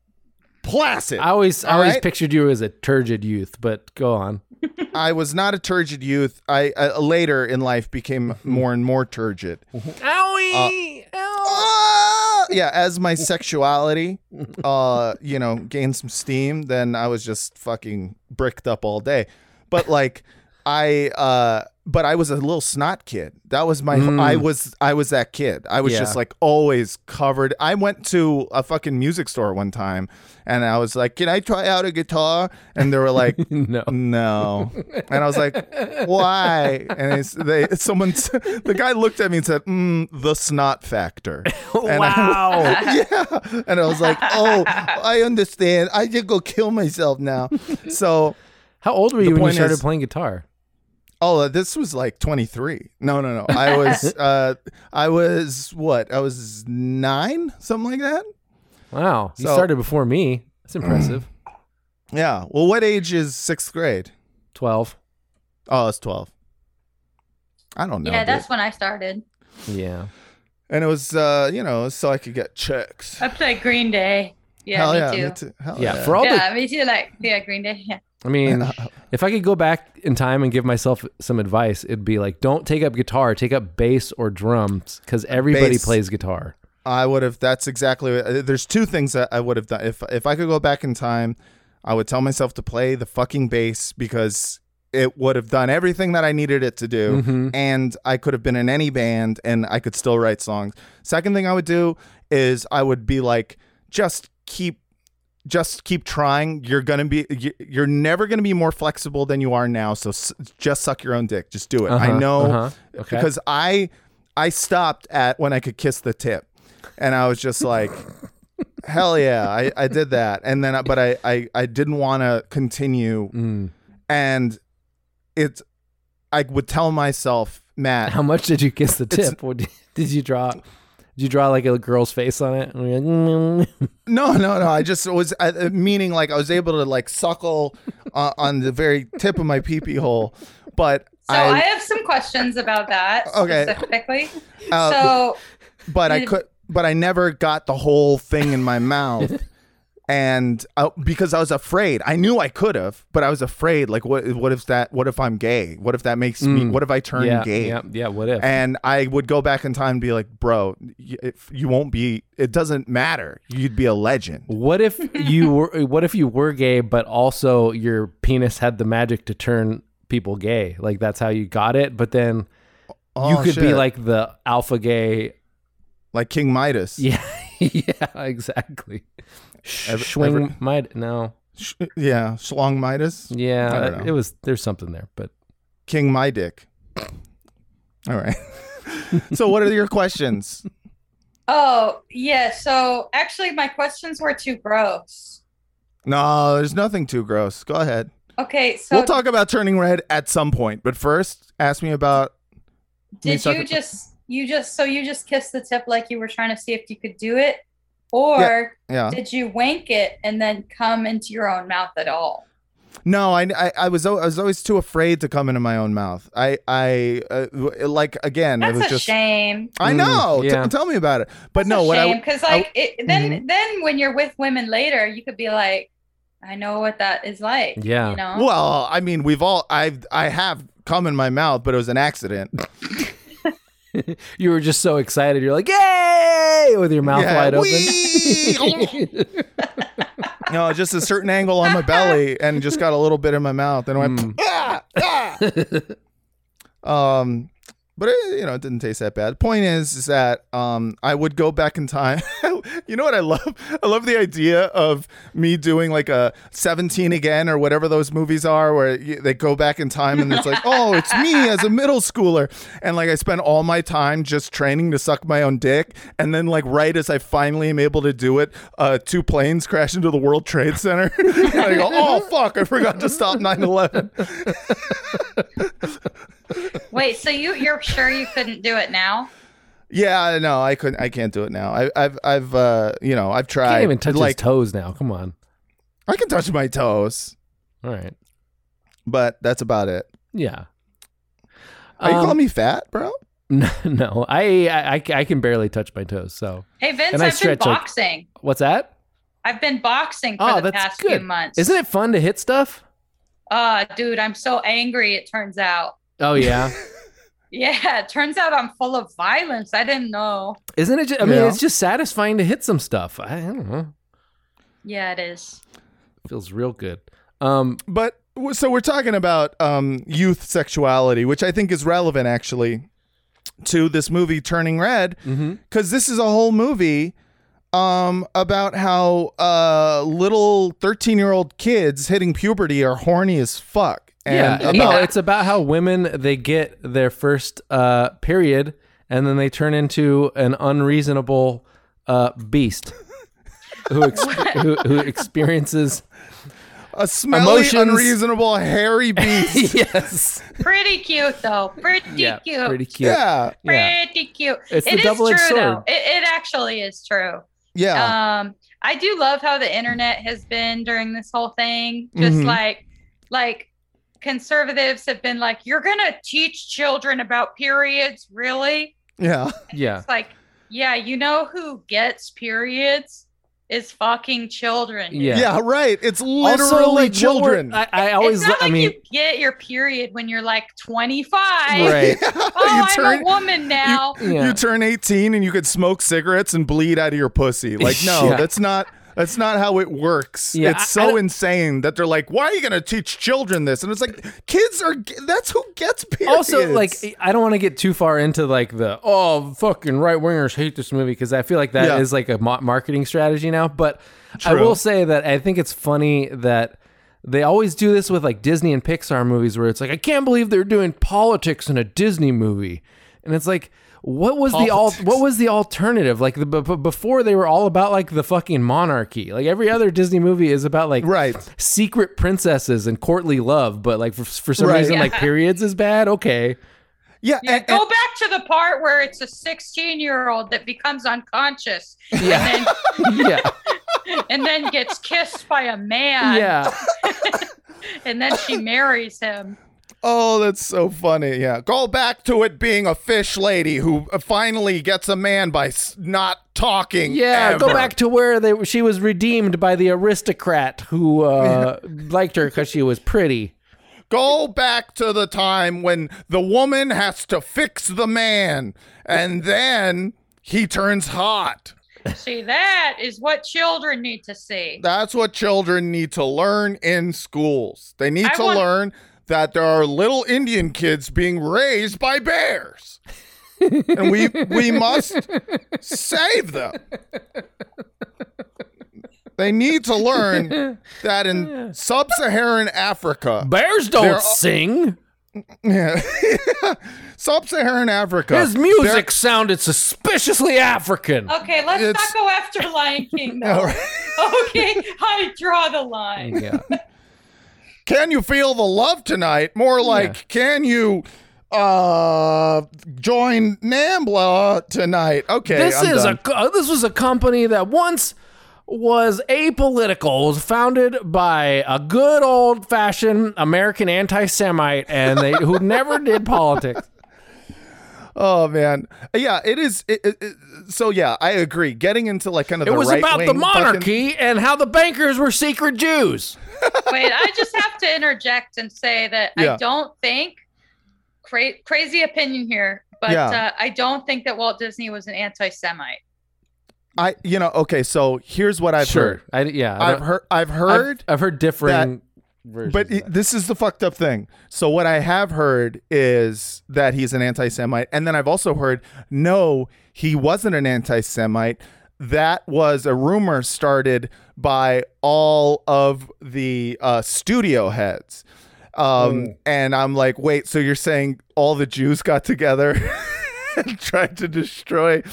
S2: placid
S1: I always I
S2: All
S1: always
S2: right.
S1: pictured you as a turgid youth, but go on.
S2: i was not a turgid youth i uh, later in life became more and more turgid
S1: Owie!
S2: Ah! yeah as my sexuality uh you know gained some steam then i was just fucking bricked up all day but like i uh but i was a little snot kid that was my
S1: Mm.
S2: i was i was that kid i was
S1: Yeah.
S2: just like always covered i went to a fucking music store one time and i was like can i try out a guitar and they were like
S1: no.
S2: no. And I was like, why? And it's, they, someone, the guy looked at me and said, mm, the snot factor. And
S1: uh, Wow.
S2: I, yeah. And I was like, oh, I understand. I just go kill myself now. So,
S1: How old were
S2: The
S1: you when you
S2: point
S1: started
S2: is-
S1: playing guitar?
S2: oh, this was like 23. No, no, no. I was, uh, I was what? I was nine, something like that.
S1: Wow. you
S2: So-
S1: started before me. That's impressive.
S2: Yeah. Well, what age is sixth grade?
S1: 12.
S2: Oh, it's 12. I don't know.
S3: yeah,
S2: dude.
S3: that's when I started.
S1: Yeah.
S2: and it was uh, you know so I could get checks.
S3: I play Green Day. Yeah,
S2: Hell
S3: me
S2: yeah,
S3: too.
S2: me too. Hell
S1: Yeah, for all
S3: yeah, me too. Like, yeah, Green Day. Yeah.
S1: the, I mean,
S2: Yeah.
S1: if I could go back in time and give myself some advice, it'd be like, don't take up guitar, take up bass or drums, because everybody
S2: Bass.
S1: plays guitar.
S2: I would have. That's exactly. What, there's two things that I would have done if if I could go back in time. I would tell myself to play the fucking bass because it would have done everything that I needed it to do,
S1: Mm-hmm.
S2: and I could have been in any band and I could still write songs. Second thing I would do is I would be like, just keep. Just keep trying. You're gonna be. you- You're never gonna be more flexible than you are now. So s- just suck your own dick. Just do it. I
S1: Uh-huh,
S2: know
S1: uh-huh. Okay.
S2: because I I stopped at when I could kiss the tip, and I was just like, hell yeah, I, I did that. And then, I- but I I, I didn't want to continue,
S1: Mm.
S2: and it I would tell myself, Matt,
S1: How much did you kiss the
S2: It's-
S1: tip? What did did you draw? Did you draw like a girl's face on it? And you're like, mm.
S2: no, no, no. I just was I, uh, meaning like I was able to like suckle uh, on the very tip of my pee pee hole, but.
S3: So I,
S2: I,
S3: have some questions about that
S2: Okay.
S3: specifically.
S2: uh,
S3: so
S2: but I
S3: Did-
S2: could, but I never got the whole thing in my mouth, and I, because I was afraid. I knew I could have, but I was afraid. Like, what? What if that? What if I'm gay? What if that makes me? What if I turn
S1: Mm. yeah,
S2: gay?
S1: yeah, yeah. What if?
S2: And I would go back in time and be like, bro, y- if you won't be. It doesn't matter. You'd be a legend.
S1: What if you were what if you were gay but also your penis had the magic to turn people gay? Like that's how you got it, but then you
S2: Oh,
S1: could be
S2: shit.
S1: like the alpha gay.
S2: like King Midas.
S1: Yeah. yeah, exactly. Sh-
S2: Ever-
S1: Schwing
S2: ever-
S1: might no.
S2: Sh- yeah, Schlong Midas. I
S1: Yeah,
S2: don't know.
S1: it was there's something there, but
S2: King my dick. All right. so, what are your questions?
S3: oh yeah, so actually my questions were too gross.
S2: No, there's nothing too gross. Go ahead.
S3: Okay, so
S2: we'll talk about turning red at some point, but first, ask me about. me
S3: did
S2: suck
S3: you
S2: it.
S3: just you just so you just kissed the tip like you were trying to see if you could do it? Or
S2: Yeah.
S3: did you wank it and then come into your own mouth at all?
S2: No, I, I, I was al- I was always too afraid to come into my own mouth. I I uh, w- like again. it
S3: That's
S2: was
S3: a
S2: just.
S3: shame.
S2: I
S1: Mm,
S2: know. T-
S1: yeah.
S2: tell me about it. But
S3: That's
S2: no,
S3: a
S2: what
S3: shame
S2: I
S3: because
S2: I-
S3: like it, then then when you're with women later, you could be like, I know what that is like.
S1: Yeah.
S3: you know.
S2: well, I mean, we've all I I have come in my mouth, but it was an accident.
S1: you were just so excited. You're like, "Yay!" with your mouth
S2: Yeah,
S1: wide
S2: wee! Oh.
S1: open.
S2: no, just a certain angle on my belly, and just got a little bit in my mouth, and went.
S1: Mm.
S2: "Ah, ah." Um, but it, you know, it didn't taste that bad. Point is, is that um, I would go back in time. you know what I love? I love the idea of me doing like a Seventeen again or whatever those movies are, where you, they go back in time and it's like, oh, it's me as a middle schooler, and like I spend all my time just training to suck my own dick, and then like right as I finally am able to do it, uh, two planes crash into the World Trade Center, and I go, oh fuck, I forgot to stop 9-11.
S3: Wait, so you you're sure you couldn't do it now?
S2: Yeah, no, I couldn't. I can't do it now. I, I've, I've, uh, you know, I've tried.
S1: Can't even touch his
S2: like,
S1: toes now. Come on.
S2: I can touch my toes,
S1: All right.
S2: but that's about it.
S1: Yeah.
S2: Are you
S1: Um,
S2: calling me fat, bro?
S1: No, Um, no. I, I I can barely touch my toes. So
S3: Hey Vince,
S1: And I
S3: I've
S1: stretch,
S3: been
S1: like-
S3: boxing.
S1: what's that?
S3: I've been boxing for
S1: Oh,
S3: the
S1: that's
S3: past
S1: good.
S3: few months.
S1: Isn't it fun to hit stuff?
S3: Uh dude, I'm so angry. It turns out.
S1: Oh yeah.
S3: Yeah, it turns out I'm full of violence. I didn't know.
S1: Isn't it? Just, I mean,
S2: Yeah.
S1: it's just satisfying to hit some stuff. I, I don't know.
S3: Yeah, it is.
S1: feels real good. Um.
S2: But w- so we're talking about um, youth sexuality, which I think is relevant actually to this movie Turning Red,
S1: mhm.
S2: because this is a whole movie um, about how uh, little thirteen-year-old kids hitting puberty are horny as fuck. And
S1: yeah.
S2: about-
S1: No, it's about how women they get their first uh period and then they turn into an unreasonable uh beast who ex- who, who experiences
S2: a smelly,
S1: Emotions.
S2: unreasonable, hairy beast.
S1: yes.
S3: Pretty cute though. Pretty
S1: Yeah.
S3: cute.
S1: Pretty cute.
S2: yeah.
S1: Yeah.
S3: Pretty cute.
S1: It's the
S3: It is
S1: double-edged
S3: true
S1: sword.
S3: though. It, it actually is true.
S2: Yeah.
S3: um i do love how the internet has been during this whole thing just
S1: Mm-hmm.
S2: Mhm.
S3: like like conservatives have been like you're gonna teach children about periods really
S2: Yeah.
S1: Yeah.
S3: it's like Yeah, you know who gets periods is fucking children. dude.
S1: Yeah.
S2: Yeah, right. It's literally
S1: also, like,
S2: children.
S1: I, I always,
S3: it's not
S1: I
S3: like
S1: mean,
S3: you get your period when you're like 25.
S1: right.
S3: Oh,
S2: you
S3: I'm
S2: turn
S3: a woman now.
S1: Yeah.
S2: you turn 18 and you could smoke cigarettes and bleed out of your pussy. Like no,
S1: Yeah.
S2: that's not that's not how it works.
S1: Yeah, I-
S2: it's
S1: I
S2: so
S1: don't-
S2: insane that they're like, "Why are you going to teach children this?" And it's like, "Kids are g- that's who gets periods."
S1: also like i don't want to get too far into like the oh fucking right wingers hate this movie because i feel like that is
S2: Yeah.
S1: like a ma- marketing strategy now but i
S2: True.
S1: will say that i think it's funny that they always do this with like disney and pixar movies where it's like i can't believe they're doing politics in a disney movie and it's like what was the al-
S2: Politics.
S1: what was the alternative like the, b- b- before they were all about like the fucking monarchy like every other disney movie is about like
S2: Right.
S1: secret princesses and courtly love but like for, for some
S2: Right.
S1: reason like periods is bad okay
S2: yeah,
S3: Yeah,
S2: and-
S3: go back to the part where it's a 16 year old that becomes unconscious and,
S1: yeah,
S3: then, and then gets kissed by a man.
S1: yeah.
S3: And then she marries him.
S2: Oh, that's so funny. Yeah. Go back to it being a fish lady who finally gets a man by s- not talking.
S1: Yeah, go
S2: ever.
S1: back to where they she was redeemed by the aristocrat who uh, liked her because she was pretty.
S2: Go back to the time when the woman has to fix the man and then he turns hot.
S3: See, that is what children need to see.
S2: That's what children need to learn in schools. They need
S3: I
S2: to
S3: want-
S2: learn that there are little Indian kids being raised by bears. and we we must save them. They need to learn that in sub-Saharan Africa,
S1: Bears don't
S2: They're all-
S1: sing.
S2: sub-Saharan Africa,
S1: His music sounded suspiciously African.
S3: Okay, let's
S2: It's-
S3: not go after Lion King,
S2: there-
S3: though. okay, I draw the line.
S1: Yeah.
S2: can you feel the love tonight? More like, can you uh join Nambla tonight? Okay,
S1: This
S2: I'm
S1: is
S2: done.
S1: a co- uh, this was a company that once was apolitical, was founded by a good old fashioned American anti Semite, and they who never did politics.
S2: oh man, yeah, it is. It, it- it- so yeah, I agree. Getting into like kind of
S1: It
S2: the
S1: was
S2: right
S1: about the
S2: wing fucking-
S1: monarchy and how the bankers were secret Jews.
S3: Wait, I just have to interject and say that
S2: Yeah.
S3: I don't think cra- crazy opinion here, but
S2: Yeah.
S3: uh, I don't think that Walt Disney was an anti-Semite.
S2: I you know okay. So here's what I've heard.
S1: I, yeah, I
S2: I've
S1: don't-
S2: heard. I've
S1: I've-
S2: heard.
S1: I've, heard differing versions.
S2: But
S1: of
S2: it-
S1: that.
S2: this is the fucked up thing. So what I have heard is that he's an anti-Semite, and then I've also heard no, he wasn't an anti-Semite. That was a rumor started by all of the uh, studio heads.
S1: Hmm.
S2: Um, And I'm like, wait, so you're saying all the Jews got together and tried to destroy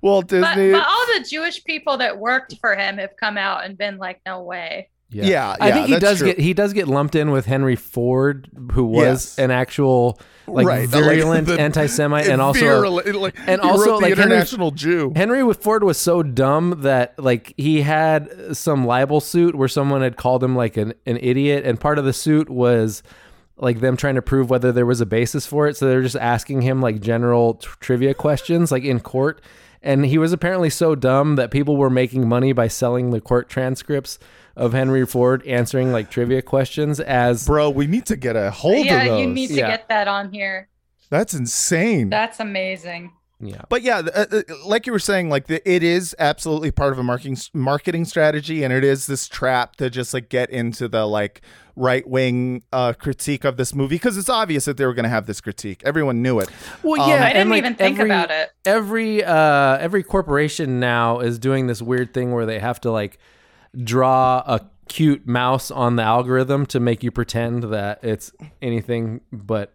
S2: Walt
S3: But,
S2: Disney?
S3: but all the Jewish people that worked for him have come out and been like, "No way."
S1: yeah.
S2: yeah,
S1: I
S2: yeah,
S1: think he
S2: that's
S1: does
S2: true.
S1: get he does get lumped in with Henry Ford, who was
S2: Yes.
S1: an actual like
S2: Right, like
S1: virulent
S2: the-
S1: anti-Semite, and also
S2: virulent, like,
S1: and
S2: he
S1: also,
S2: wrote the
S1: like, Henry-
S2: international Jew.
S1: Henry with Ford was so dumb that like he had some libel suit where someone had called him like an, an idiot, and part of the suit was like them trying to prove whether there was a basis for it. So they were just asking him like general t- trivia questions like in court. And he was apparently so dumb that people were making money by selling the court transcripts of Henry Ford answering like trivia questions as
S2: Bro, we need to get a hold
S3: yeah,
S2: of those.
S3: you need to
S1: Yeah.
S3: get that on here.
S2: That's insane.
S3: That's amazing.
S1: yeah.
S2: but yeah, uh, uh, like you were saying, like the, it is absolutely part of a marketing marketing strategy, and it is this trap to just like get into the like right wing uh, critique of this movie because it's obvious that they were going to have this critique. Everyone knew it.
S1: Well,
S2: Um,
S1: yeah,
S3: I didn't
S1: and, like,
S3: even think
S1: every-
S3: about it.
S1: Every uh, every corporation now is doing this weird thing where they have to like draw a cute mouse on the algorithm to make you pretend that it's anything but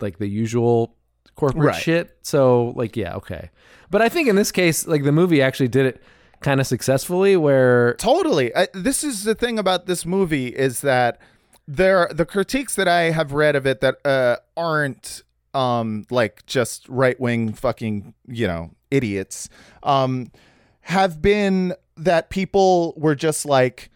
S1: like the usual corporate
S2: Right.
S1: shit. So like, yeah, okay. But I think in this case, like the movie actually did it kind of successfully, where
S2: Totally. I, this is the thing about this movie is that there the critiques that I have read of it that uh, aren't um like just right wing fucking you know idiots um have been that people were just like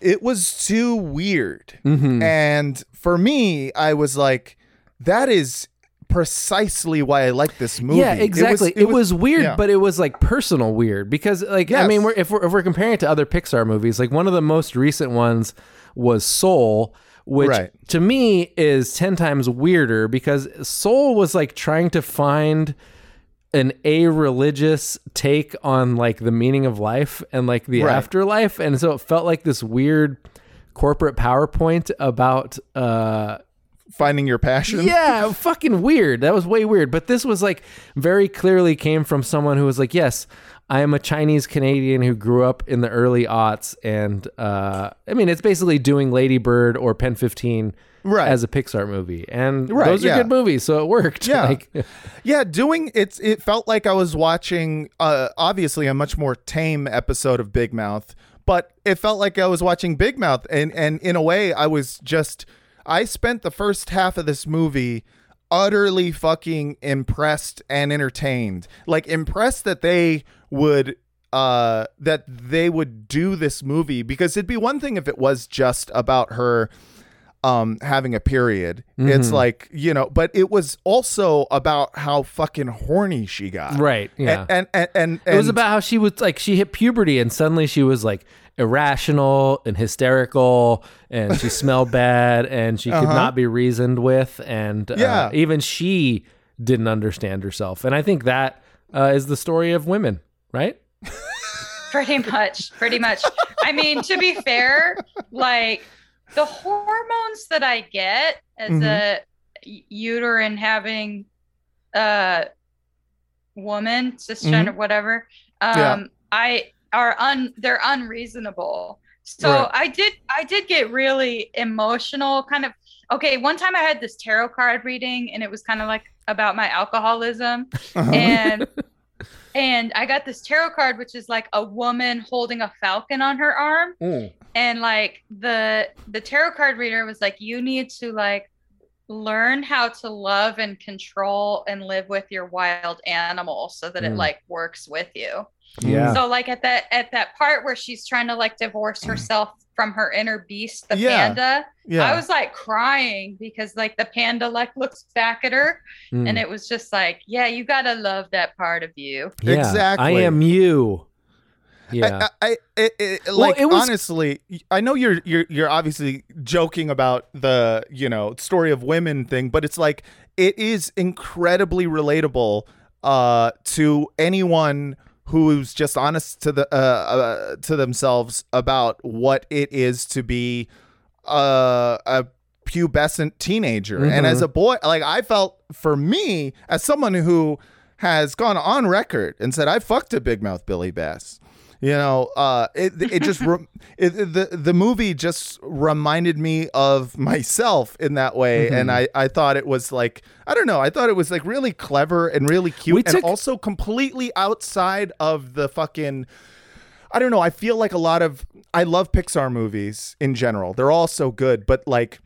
S2: it was too weird
S1: Mhm.
S2: and for me I was like that is precisely why I like this movie.
S1: Yeah, exactly. It was, weird,
S2: yeah.
S1: but it was like personal weird because, like, I
S2: Yes.
S1: mean, we're, if we're if we're comparing it to other Pixar movies, like one of the most recent ones was Soul, which
S2: Right.
S1: to me is ten times weirder because Soul was like trying to find an a religious take on like the meaning of life and like the
S2: Right.
S1: afterlife, and so it felt like this weird corporate PowerPoint about uh
S2: finding your passion.
S1: yeah, fucking weird. That was way weird. But this was like very clearly came from someone who was like, yes, I am a Chinese Canadian who grew up in the early aughts, and uh, I mean, it's basically doing Lady Bird or Pen Fifteen
S2: Right.
S1: as a Pixar movie, and
S2: Right,
S1: those are
S2: yeah.
S1: good movies, so it worked.
S2: Yeah.
S1: Like,
S2: Yeah, doing it's it felt like I was watching uh obviously a much more tame episode of Big Mouth, but it felt like I was watching Big Mouth and and in a way I was just I spent the first half of this movie utterly fucking impressed and entertained. Like impressed that they would uh that they would do this movie because it'd be one thing if it was just about her um having a period.
S1: Mm-hmm.
S2: It's like, you know, but it was also about how fucking horny she got.
S1: Right, yeah.
S2: And and and, and,
S1: it was about how she was like she hit puberty and suddenly she was like irrational and hysterical and she smelled bad and she could not be reasoned with and uh,
S2: Uh-huh. Yeah.
S1: even she didn't understand herself and i think that uh, is the story of women right
S3: Pretty much, pretty much. I mean, to be fair, like the hormones that I get as
S1: Mm-hmm.
S3: a u- uterine having uh woman, cisgender,
S1: Mm-hmm.
S3: whatever, um
S2: Yeah.
S3: I are un they're unreasonable. So
S2: Right.
S3: I did I did get really emotional kind of okay, one time I had this tarot card reading and it was kind of like about my alcoholism
S2: Uh-huh.
S3: and and I got this tarot card, which is like a woman holding a falcon on her arm,
S2: Mm.
S3: and like the the tarot card reader was like, you need to like learn how to love and control and live with your wild animal so that it
S1: Mm.
S3: like works with you.
S1: Yeah.
S3: So like at that at that part where she's trying to like divorce herself from her inner beast, the
S2: Yeah.
S3: panda,
S2: yeah.
S3: I was like crying because like the panda like looks back at her
S1: Mm.
S3: and
S1: Hmm.
S3: it was just like, yeah, you gotta love that part of you.
S1: Yeah. i
S2: Exactly.
S1: am you yeah
S2: I, I, I it, it, like
S1: it was-
S2: honestly, I know you're you're you're obviously joking about the you know story of women thing, but it's like it is incredibly relatable uh, to anyone who's just honest to the uh, uh, to themselves about what it is to be uh, a pubescent teenager. And
S1: Mhm.
S2: as a boy, like I felt for me as someone who has gone on record and said I fucked a big mouth Billy Bass. You know, uh, it it just re- it, the the movie just reminded me of myself in that way,
S1: Mm-hmm.
S2: and I I thought it was like I don't know, I thought it was like really clever and really cute,
S1: We
S2: and
S1: took-
S2: also completely outside of the fucking I don't know. I feel like a lot of I love Pixar movies in general. They're all so good, but like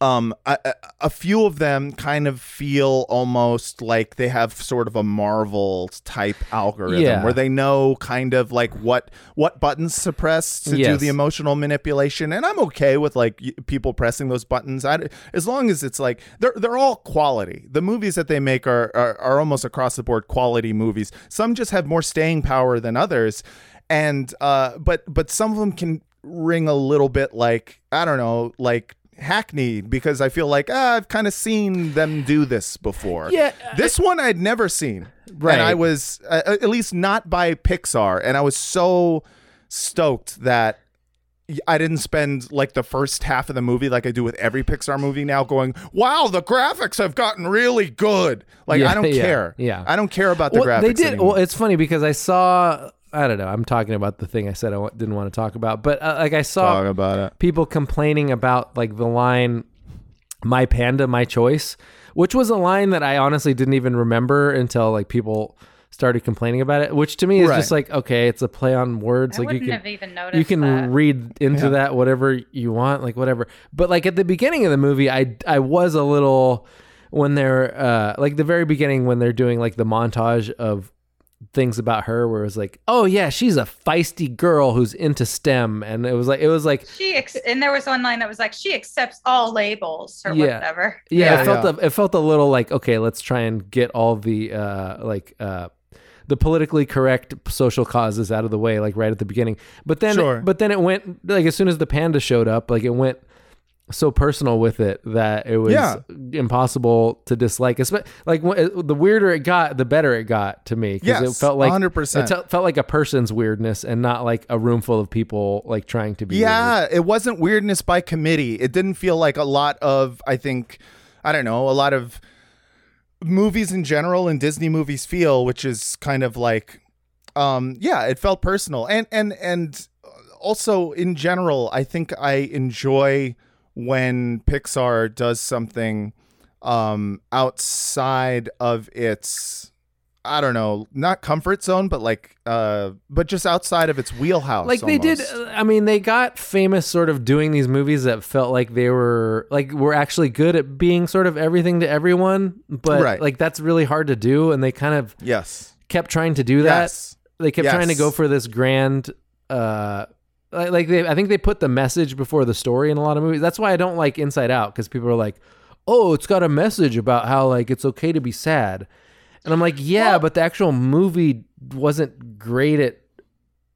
S2: um a, a- a few of them kind of feel almost like they have sort of a Marvel type algorithm
S1: Yeah.
S2: where they know kind of like what what buttons suppress to do
S1: Yes.
S2: the emotional manipulation and I'm okay with like y- people pressing those buttons I, as long as it's like they're they're all quality the movies that they make are, are are almost across the board quality movies some just have more staying power than others and uh but but some of them can ring a little bit like I don't know like hackneyed because I feel like ah, I've kind of seen them do this before
S1: Yeah,
S2: uh, this one I'd never seen
S1: Right.
S2: and I was uh, at least not by Pixar and I was so stoked that I didn't spend like the first half of the movie like I do with every Pixar movie now going, "Wow, the graphics have gotten really good." Like
S1: Yeah,
S2: I don't
S1: yeah,
S2: care.
S1: yeah.
S2: I don't care about the
S1: Well,
S2: graphics.
S1: They did.
S2: anymore.
S1: Well, it's funny because I saw. I don't know. I'm talking about the thing I said I w- didn't want to talk about, but uh, like I saw
S2: Talk about it.
S1: people complaining about like the line "My panda, my choice," which was a line that I honestly didn't even remember until like people started complaining about it. Which to me is
S2: Right.
S1: just like okay, it's a play on words. like
S3: I
S1: you
S3: wouldn't
S1: can
S3: have even noticed.
S1: you can
S3: that.
S1: read into
S2: Yeah.
S1: that whatever you want, like whatever. But like at the beginning of the movie, I I was a little when they're uh, like the very beginning when they're doing like the montage of things about her where it was like, oh yeah, she's a feisty girl who's into STEM, and it was like it was like
S3: She ex- and there was one line that was like she accepts all labels or
S1: Yeah.
S3: whatever.
S1: yeah,
S2: Yeah,
S1: it felt A, it felt a little like okay, let's try and get all the uh like uh the politically correct social causes out of the way like right at the beginning. But then
S2: Sure.
S1: but then it went like as soon as the panda showed up, like it went so personal with it that it was
S2: Yeah.
S1: impossible to dislike. Espe- like wh- it- the weirder it got, the better it got to me because
S2: Yes,
S1: it felt like
S2: 100%.
S1: It te- felt like a person's weirdness and not like a room full of people like trying to be. weird.
S2: Yeah, it wasn't weirdness by committee. It didn't feel like a lot of, I think, I don't know, a lot of movies in general and Disney movies feel, which is kind of like, um, yeah, it felt personal, and and and also in general, I think I enjoy when Pixar does something um outside of its I don't know, not comfort zone, but like uh but just outside of its wheelhouse.
S1: like they did
S2: almost.
S1: uh, i mean they got famous sort of doing these movies that felt like they were like were actually good at being sort of everything to everyone but
S2: Right.
S1: like that's really hard to do and they kind of
S2: Yes.
S1: kept trying to do that
S2: Yes.
S1: they kept trying to
S2: Yes.
S1: go for this grand uh like, like they i think they put the message before the story in a lot of movies that's why i don't like inside out because people are like oh it's got a message about how like it's okay to be sad and i'm like yeah
S3: Well-
S1: but the actual movie wasn't great at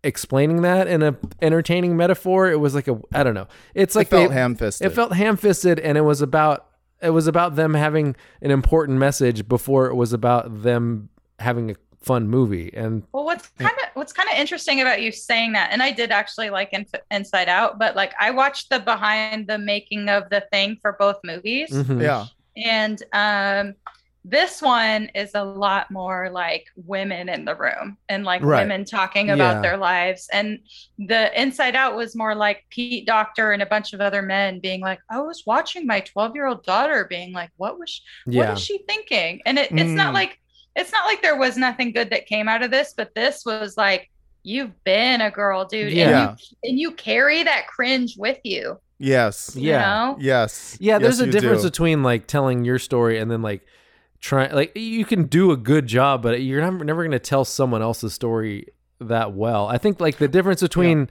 S1: explaining that in a entertaining metaphor it was like a i don't know it's like
S2: it felt
S1: they-
S2: ham fisted.
S1: it felt ham-fisted and it was about it was about them having an important message before it was about them having a fun movie and
S3: Well, what's kind of what's kind of interesting about you saying that, and I did actually like in, Inside Out, but like I watched the behind the making of the thing for both movies,
S1: mhm.
S2: yeah.
S3: and um, this one is a lot more like women in the room and like
S2: Right.
S3: women talking about
S1: Yeah.
S3: their lives, and the Inside Out was more like Pete Doctor and a bunch of other men being like, I was watching my twelve year old daughter being like, what was she
S1: yeah
S3: what is she thinking and it, it's
S2: Mm.
S3: not like it's not like there was nothing good that came out of this but this was like you've been a girl dude
S1: Yeah.
S3: and, you, and you carry that cringe with you
S2: Yes.
S3: you
S1: Yeah.
S3: know
S2: Yes.
S1: Yeah,
S2: Yes,
S1: there's a
S2: you
S1: difference
S2: do.
S1: between like telling your story and then like trying like you can do a good job, but you're never, never going to tell someone else's story that well. I think like the difference between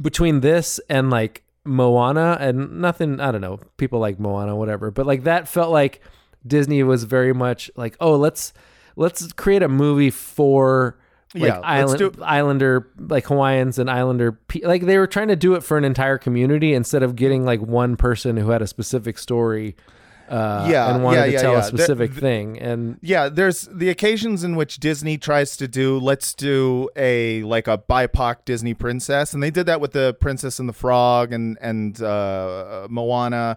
S1: between this and like Moana and nothing, I don't know, people like Moana whatever, but like that felt like Disney was very much like, "Oh, let's let's create a movie for like
S2: Yeah, let's
S1: island,
S2: do-
S1: islander like hawaiians and islander pe- like they were trying to do it for an entire community instead of getting like one person who had a specific story uh
S2: Yeah,
S1: and wanted
S2: yeah,
S1: to
S2: yeah,
S1: tell
S2: yeah.
S1: a
S2: The-
S1: specific
S2: the-
S1: thing and
S2: Yeah, there's the occasions in which Disney tries to do let's do a like a BIPOC Disney princess, and they did that with the Princess and the Frog and and uh, Moana.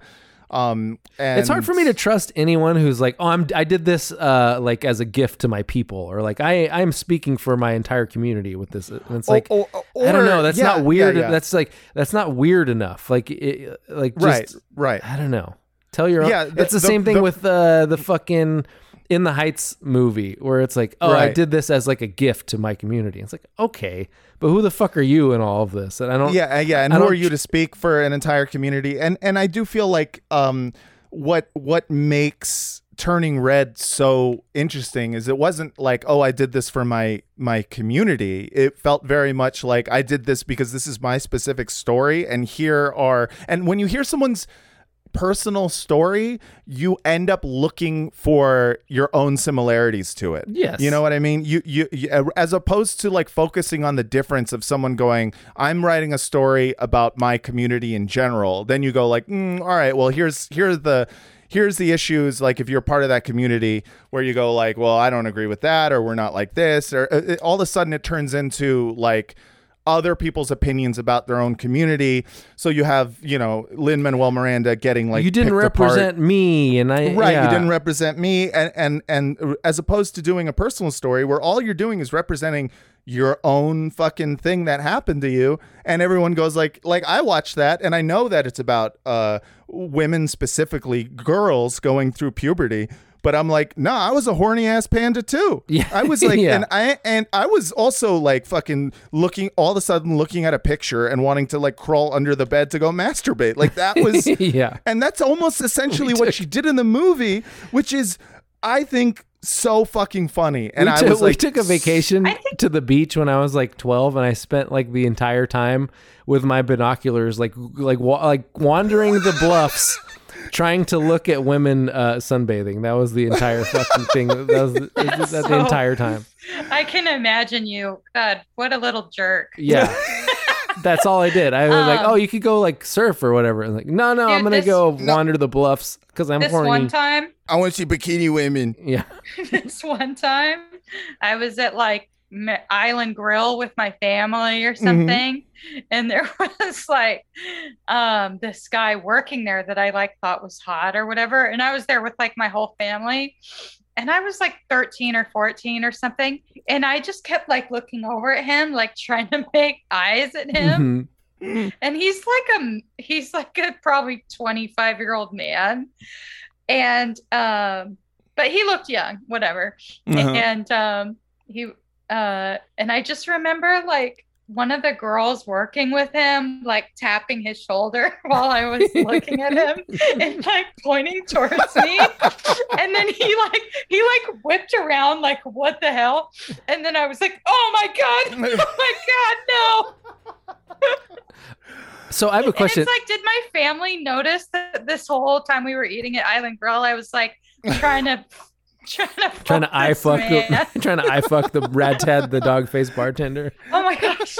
S2: Um, and
S1: it's hard for me to trust anyone who's like, oh, I'm I did this uh, like as a gift to my people, or like I I'm speaking for my entire community with this. And it's
S2: Or-
S1: like,
S2: or-
S1: I don't
S2: or-
S1: know, that's
S2: yeah,
S1: not
S2: yeah,
S1: weird.
S2: yeah.
S1: That's like that's not weird enough. Like it, like just,
S2: right, right.
S1: I don't know. Tell your own.
S2: Yeah, the-
S1: it's the,
S2: the-
S1: same thing
S2: the-
S1: with uh, the fucking In the Heights movie where it's like, oh, I
S2: Right.
S1: did this as like a gift to my community. It's like, okay, but who the fuck are you in all of this? And I don't.
S2: yeah uh, yeah and
S1: I
S2: who
S1: don't
S2: are you to speak for an entire community and and i do feel like um what what makes turning red so interesting is it wasn't like oh i did this for my my community it felt very much like i did this because this is my specific story and here are and when you hear someone's personal story you end up looking for your own similarities to it
S1: Yes.
S2: you know what I mean? You, you you as opposed to like focusing on the difference of someone going, I'm writing a story about my community in general. Then you go like, mm, all right, well here's here's the here's the issues like if you're part of that community where you go like, well, I don't agree with that or we're not like this or uh, it, all of a sudden it turns into like other people's opinions about their own community. So you have, you know, Lin Manuel Miranda getting like
S1: you didn't
S2: picked apart
S1: represent me, and I
S2: right
S1: yeah.
S2: you didn't represent me and and and as opposed to doing a personal story where all you're doing is representing your own fucking thing that happened to you and everyone goes like like i watched that and i know that it's about uh women specifically girls going through puberty but i'm like no nah, i was a horny ass panda too
S1: Yeah.
S2: i was like
S1: Yeah.
S2: and I and I was also like fucking looking all of a sudden looking at a picture and wanting to like crawl under the bed to go masturbate. Like that was
S1: Yeah.
S2: And that's almost essentially
S1: We
S2: what
S1: took-
S2: she did in the movie, which is I think so fucking funny. And
S1: we,
S2: I
S1: took,
S2: was
S1: we
S2: like,
S1: took a vacation
S3: I think-
S1: to the beach when I was like 12, and I spent like the entire time with my binoculars, like like wa- like wandering the bluffs, trying to look at women uh, sunbathing. That was the entire fucking thing. That was the, that was the
S3: So-
S1: entire time.
S3: I can imagine you. God, what a little jerk.
S1: Yeah. That's all I did. I was like,
S3: Um,
S1: "Oh, you could go like surf or whatever." I was like, "No, no, I'm
S3: Dude,
S1: gonna
S3: this-
S1: go wander the bluffs because I'm
S3: this
S1: horny."
S3: one time,
S2: I want to see bikini women.
S1: yeah,
S3: this one time, I was at like Ma- Island Grill with my family
S1: Mm-hmm.
S3: or something, and there was like um, this guy working there that I like thought was hot or whatever, and I was there with like my whole family. And I was like 13 or 14 or something. And I just kept like looking over at him, like trying to make eyes at him.
S1: Mhm.
S3: and he's like a he's like a probably 25 year old man and um but he looked young whatever
S2: Uh-huh.
S3: and um he uh and i just remember like one of the girls working with him like tapping his shoulder while i was looking at him and like pointing towards me and then he like he like whipped around like what the hell and then i was like oh my god oh my god no
S1: Mm-hmm. So I have a question.
S3: and it's like, did my family notice that this whole time we were eating at Island Grill, I was like trying to trying to
S1: trying to
S3: fuck
S1: eye
S3: this
S1: fuck
S3: man.
S1: the trying to eye fuck the rat tad the dog face bartender.
S3: Oh my gosh!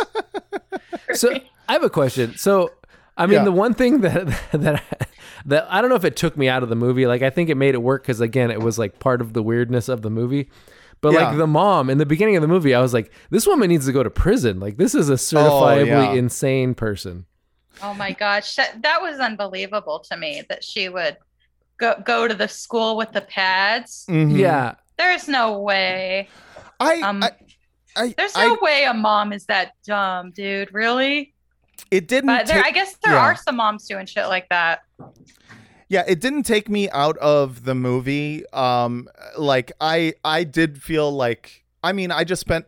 S1: So I have a question. So I mean,
S2: Yeah.
S1: the one thing that that that I don't know if it took me out of the movie. Like I think it made it work because again, it was like part of the weirdness of the movie. But
S2: Yeah.
S1: like the mom in the beginning of the movie, I was like, this woman needs to go to prison. Like this is a certifiably
S2: Oh, yeah.
S1: insane person.
S3: Oh my gosh, that, that was unbelievable to me that she would go go to the school with the pads.
S2: Mhm.
S1: Yeah.
S3: There's no way.
S2: I,
S3: Um,
S2: I, I,
S3: There's
S2: I-
S3: no way a mom is that dumb, dude. Really?
S2: it didn't.
S3: But there,
S2: take-
S3: I guess there
S2: yeah.
S3: are some moms doing shit like that.
S2: yeah it didn't take me out of the movie um like i i did feel like i mean i just spent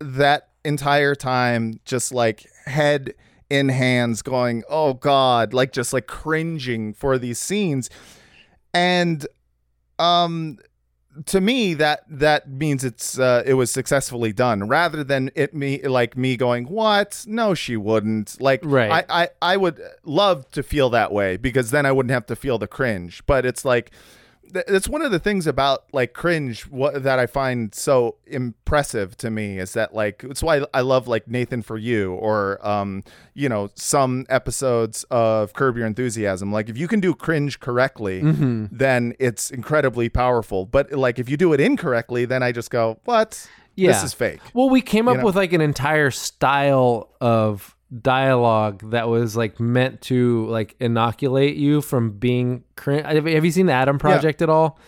S2: that entire time just like head in hands going oh god like just like cringing for these scenes and um to me that that means it's uh, it was successfully done rather than it me like me going what no she wouldn't like
S1: Right.
S2: I, I i would love to feel that way because then i wouldn't have to feel the cringe but it's like th- that's one of the things about like cringe what, that I find so impressive to me is that like it's why I love like Nathan for You or um you know some episodes of Curb Your Enthusiasm. Like if you can do cringe correctly,
S1: Mm-hmm.
S2: then it's incredibly powerful. But like if you do it incorrectly, then I just go what
S1: Yeah.
S2: this is fake.
S1: Well, we came up
S2: know?
S1: with like an entire style of dialogue that was like meant to like inoculate you from being cringe. Have have you seen the Adam Project at all?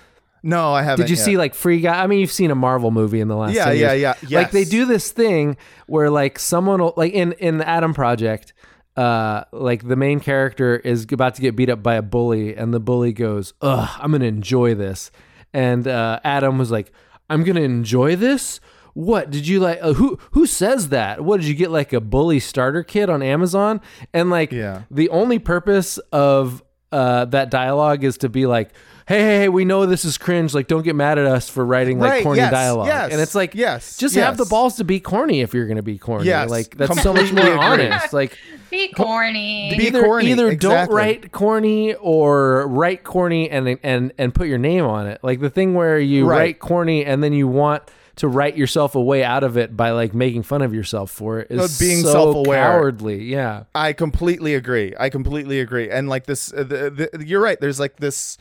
S2: No, I haven't.
S1: Did you
S2: yet.
S1: see like Free Guy? I mean, you've seen a Marvel movie in the last
S2: Yeah,
S1: 10
S2: yeah,
S1: years.
S2: yeah.
S1: Like they
S2: Yes.
S1: do this thing where like someone will, like in in the Adam Project, uh, like the main character is about to get beat up by a bully, and the bully goes, "Ugh, I'm gonna enjoy this," and uh, Adam was like, "I'm gonna enjoy this." What did you like? Uh, who who says that? What did you get like a bully starter kit on Amazon? And like,
S2: Yeah.
S1: the only purpose of uh, that dialogue is to be like, hey, hey, hey, we know this is cringe. Like, don't get mad at us for writing like
S2: Right,
S1: corny
S2: yes,
S1: dialogue.
S2: yes,
S1: and it's like,
S2: yes,
S1: just have the
S2: yes.
S1: balls to be corny if you're gonna be corny.
S2: Yes,
S1: like that's so much more
S2: completely agree.
S1: honest. Like
S3: Be corny.
S2: Be
S1: either
S2: corny,
S1: either don't
S2: exactly.
S1: write corny or write corny and and and put your name on it. Like the thing where you
S2: Right.
S1: write corny and then you want to write yourself a way out of it by like making fun of yourself for it is
S2: Of being
S1: so
S2: self-aware.
S1: cowardly. Yeah.
S2: I completely agree. I completely agree. And like this, uh, the, the, you're right. There's like this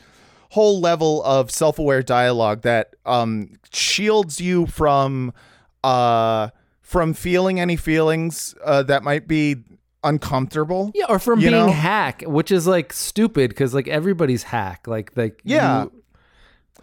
S2: whole level of self-aware dialogue that um, shields you from uh, from feeling any feelings uh, that might be uncomfortable.
S1: Yeah, or from
S2: You
S1: being
S2: know?
S1: hack, which is like stupid because like everybody's hack. Like like
S2: Yeah.
S1: you-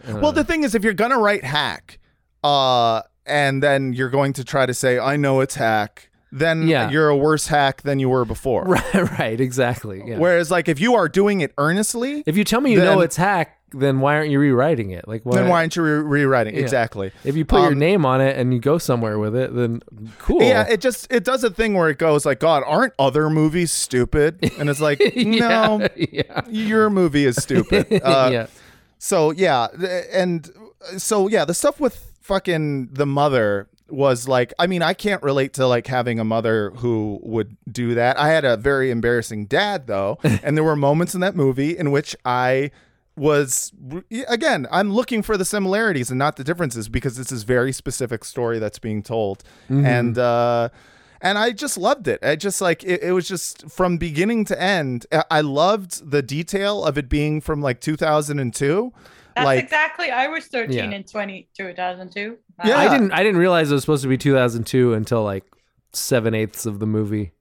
S2: Well, the thing is, if you're gonna write hack, uh, and then you're going to try to say, "I know it's hack," then
S1: Yeah.
S2: you're a worse hack than you were before.
S1: right, right, exactly. Yeah.
S2: Whereas, like, if you are doing it earnestly,
S1: if you tell me you know
S2: then-
S1: it's hack, then why aren't you rewriting it? Like why?
S2: then why aren't you re- rewriting?
S1: Yeah.
S2: Exactly.
S1: If you put your
S2: Um,
S1: name on it and you go somewhere with it, then cool.
S2: Yeah, it just it does a thing where it goes like, God, aren't other movies stupid? And it's like, no,
S1: yeah.
S2: your movie is stupid. Uh,
S1: yeah.
S2: So yeah, th- and so yeah, the stuff with fucking the mother was like I mean, I can't relate to like having a mother who would do that. I had a very embarrassing dad though, and there were moments in that movie in which I was again, I'm looking for the similarities and not the differences because this is very specific story that's being told. And uh and I just loved it. I just like it, it was just from beginning to end. I- I loved the detail of it being from like 2002.
S3: That's
S2: like
S3: exactly. I was 13
S1: Yeah.
S3: and 20, 2002.
S2: Yeah.
S3: Uh,
S1: I didn't. I didn't realize it was supposed to be 2002 until like seven eighths of the movie,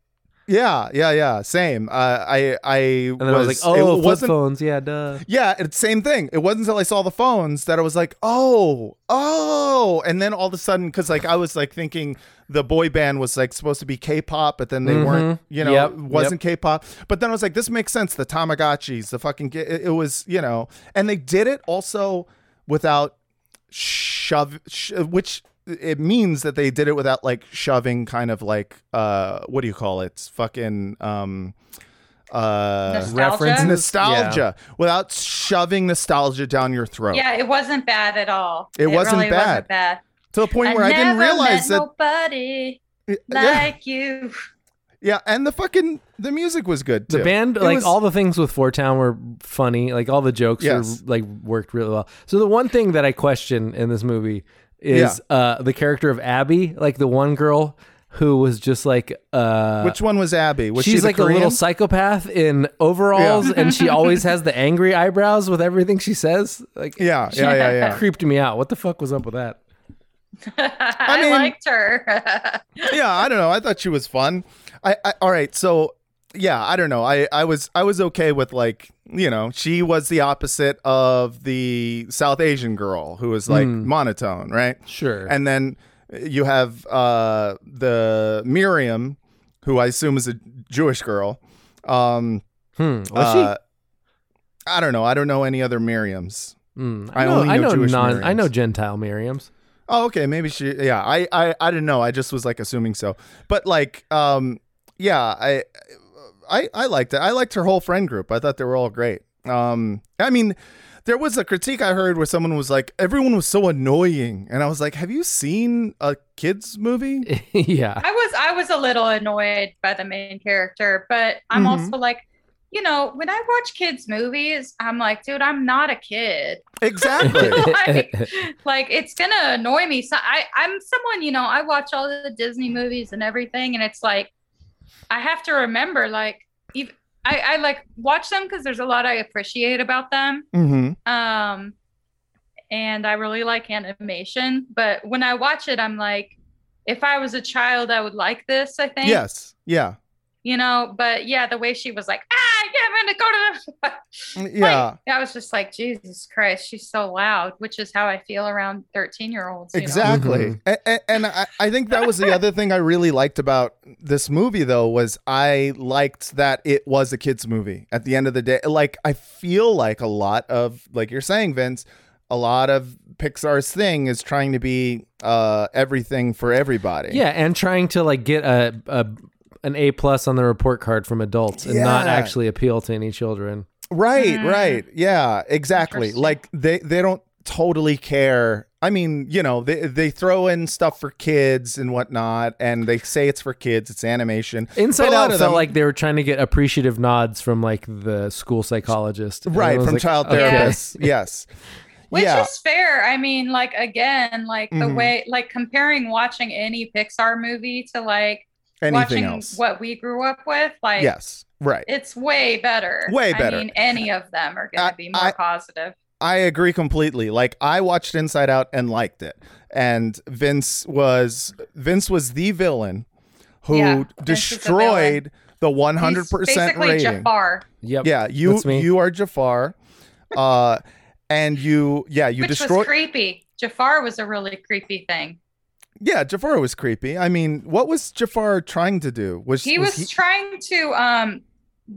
S2: Yeah, yeah, yeah. Same. Uh, I, I,
S1: and then I was like, "Oh, flip phones, yeah, duh."
S2: Yeah, it's same thing. It wasn't until I saw the phones that I was like, oh, oh, and then all of a sudden, because like I was like thinking the boy band was like supposed to be K-pop, but then they weren't. You know,
S1: Mm-hmm. Yep,
S2: wasn't K-pop. But then I was like, this makes sense. The Tamagotchis, the fucking, ga- it, it was, you know, and they did it also without shove, sh- which it means that they did it without like shoving, kind of like, uh, what do you call it? Fucking, um, uh,
S3: nostalgia?
S1: reference in
S2: nostalgia without shoving nostalgia down your throat
S3: Yeah, it wasn't bad at all.
S2: It wasn't
S3: really
S2: bad.
S3: Wasn't bad.
S2: to the point where I, didn't
S3: never
S2: realize
S3: met
S2: that.
S3: nobody
S2: yeah,
S3: like you.
S2: yeah, and the fucking the music was good too.
S1: The band,
S2: It
S1: like
S2: was-
S1: all the things with Four Town were funny. Like all the jokes
S2: Yes.
S1: were like worked really well. So the one thing that I question in this movie is uh the character of Abby, like the one girl who was just like uh
S2: Which one was Abby? Was she
S1: she's
S2: the
S1: like a little
S2: Korean?
S1: psychopath in overalls and she always has the angry eyebrows with everything she says. Like
S2: Yeah, yeah, yeah,
S1: that
S2: yeah.
S1: creeped me out. What the fuck was up with that?
S3: I,
S2: mean-
S3: liked her.
S2: yeah, I don't know. I thought she was fun. I, I all right, so yeah, I don't know. I I was I was okay with like you know she was the opposite of the South Asian girl who was like
S1: Hmm.
S2: monotone, right?
S1: Sure.
S2: And then you have uh the Miriam, who I assume is a Jewish girl. Um,
S1: hmm. Was
S2: uh, I don't know. I don't know any other Miriams.
S1: she? Hmm.
S2: I
S1: I know.
S2: only
S1: I
S2: know
S1: know,
S2: Jewish
S1: non. I know
S2: Miriams.
S1: Gentile Miriams.
S2: Oh, okay. Maybe she. Yeah, I, I, I didn't know. I just was like assuming so. But like, um, yeah, I, I, I liked it. I liked her whole friend group. I thought they were all great. Um, I mean, there was a critique I heard where someone was like, everyone was so annoying, and I was like, have you seen a kids movie?
S1: yeah.
S3: I was I was a little annoyed by the main character, but
S2: Mm-hmm.
S3: I'm also like, you know, when I watch kids movies, I'm like, dude, I'm not a kid.
S2: Exactly.
S3: like, like, it's gonna annoy me. So I, I'm someone, you know, I watch all of the Disney movies and everything, and it's like I have to remember, like, even I, I like watch them because there's a lot I appreciate about them.
S2: mm-hmm.
S3: Um, and I really like animation, but when I watch it, I'm like, if I was a child, I would like this. I think,
S2: Yes. Yeah.
S3: you know. But yeah, the way she was like, ah, yeah, I'm gonna go to the.
S2: Yeah.
S3: Like, I was just like, Jesus Christ, she's so loud, which is how I feel around 13 year olds. you know?
S2: Exactly. A- a- And, I, I think that was the other thing I really liked about this movie, though, was I liked that it was a kid's movie at the end of the day. Like, I feel like a lot of, like you're saying, Vince, a lot of Pixar's thing is trying to be uh, everything for everybody.
S1: Yeah, and trying to like get a, a an A plus on the report card from adults and not
S2: Yeah.
S1: actually appeal to any children.
S2: Right,
S3: Mm.
S2: right. Yeah, exactly.
S3: Interesting.
S2: Like they they don't totally care. I mean, you know, they they throw in stuff for kids and whatnot, and they say it's for kids. It's animation. But
S1: Inside
S2: a lot
S1: Out
S2: of
S1: felt
S2: them-
S1: like they were trying to get appreciative nods from like the school psychologist, And I
S2: right
S1: was
S2: from
S1: like,
S2: child
S1: okay.
S2: therapists. Yes,
S3: Which
S2: yeah,
S3: is fair. I mean, like, again, like the
S2: Mhm.
S3: way, like, comparing watching any Pixar movie to like
S2: anything
S3: watching
S2: else?
S3: what we grew up with, like,
S2: yes, right.
S3: it's way better.
S2: Way better.
S3: I mean, any of them are going
S2: I-
S3: to be more
S2: I-
S3: positive.
S2: I agree completely. Like I watched Inside Out and liked it, and Vince was Vince was the villain who
S3: Yeah, Vince is the
S2: destroyed the one hundred
S3: He's
S2: percent
S3: basically
S2: rating.
S3: Jafar,
S1: Yep.
S2: Yeah, you
S1: That's me.
S2: you are Jafar, uh, and you yeah you
S3: which
S2: destroy
S3: was creepy. Jafar was a really creepy thing.
S2: yeah Jafar was creepy. I mean, what was Jafar trying to do? Was
S3: He was trying to um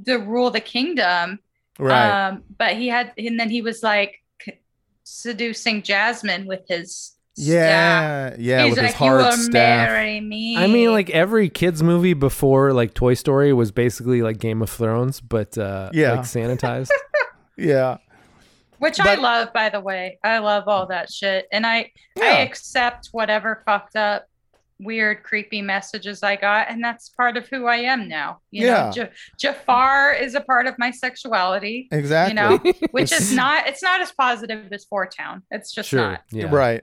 S3: to rule the kingdom,
S2: right?
S3: Um, but he had, and then he was like c- seducing Jasmine with his staff.
S2: yeah, yeah,
S3: He's
S2: with
S3: like,
S2: his hard
S3: you will
S2: staff.
S3: marry me.
S1: I mean, like every kids movie before like Toy Story was basically like Game of Thrones, but uh,
S2: Yeah.
S1: like sanitized.
S2: Yeah.
S3: Which I
S2: But-
S3: love, by the way. I love all that shit. And I
S2: Yeah.
S3: I accept whatever fucked up, weird, creepy messages I got. And that's part of who I am now. You
S2: Yeah.
S3: know, Ja- Jafar is a part of my sexuality.
S2: Exactly.
S3: You know, which is not it's not as positive as Four Town. It's just
S1: sure.
S3: not.
S1: Yeah.
S2: Right.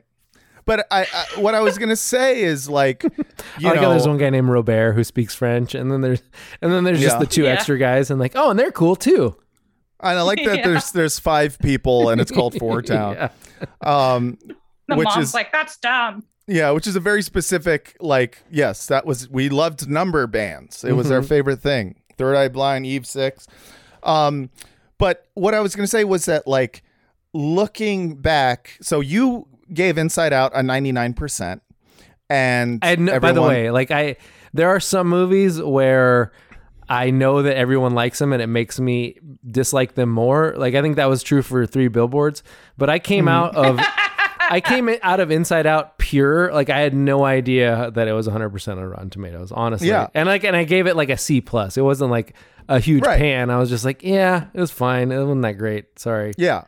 S2: But I, I what I was gonna say is like you
S1: I like
S2: know,
S1: how there's one guy named Robert who speaks French, and then there's and then there's just
S2: Yeah.
S1: the two
S3: Yeah.
S1: extra guys, and like, oh, and they're cool too.
S2: and I like that
S3: Yeah.
S2: there's there's five people and it's called Four Town.
S1: Yeah.
S2: Um
S3: The
S2: Which
S3: mom's
S2: is-
S3: like, that's dumb.
S2: yeah, which is a very specific like yes, that was we loved number bands. It was our favorite thing. Third Eye Blind, Eve Six. Um but what I was gonna say was that like looking back, so you gave Inside Out a ninety nine percent and
S1: I had no, by the
S2: everyone-
S1: way, like I, there are some movies where I know that everyone likes them, and it makes me dislike them more. Like I think that was true for Three Billboards, but I came
S2: Mm.
S1: out of, I came in- out of Inside Out pure. Like I had no idea that it was 100 percent on Rotten Tomatoes, honestly.
S2: Yeah.
S1: and like, and I gave it like a C plus. It wasn't like a huge
S2: Right.
S1: pan. I was just like, yeah, it was fine. It wasn't that great. Sorry.
S2: Yeah.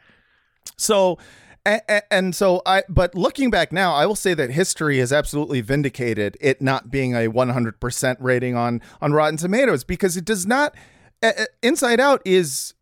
S2: So and, and so I but looking back now, I will say that history has absolutely vindicated it not being a 100% rating on on Rotten Tomatoes because it does not uh, Inside Out is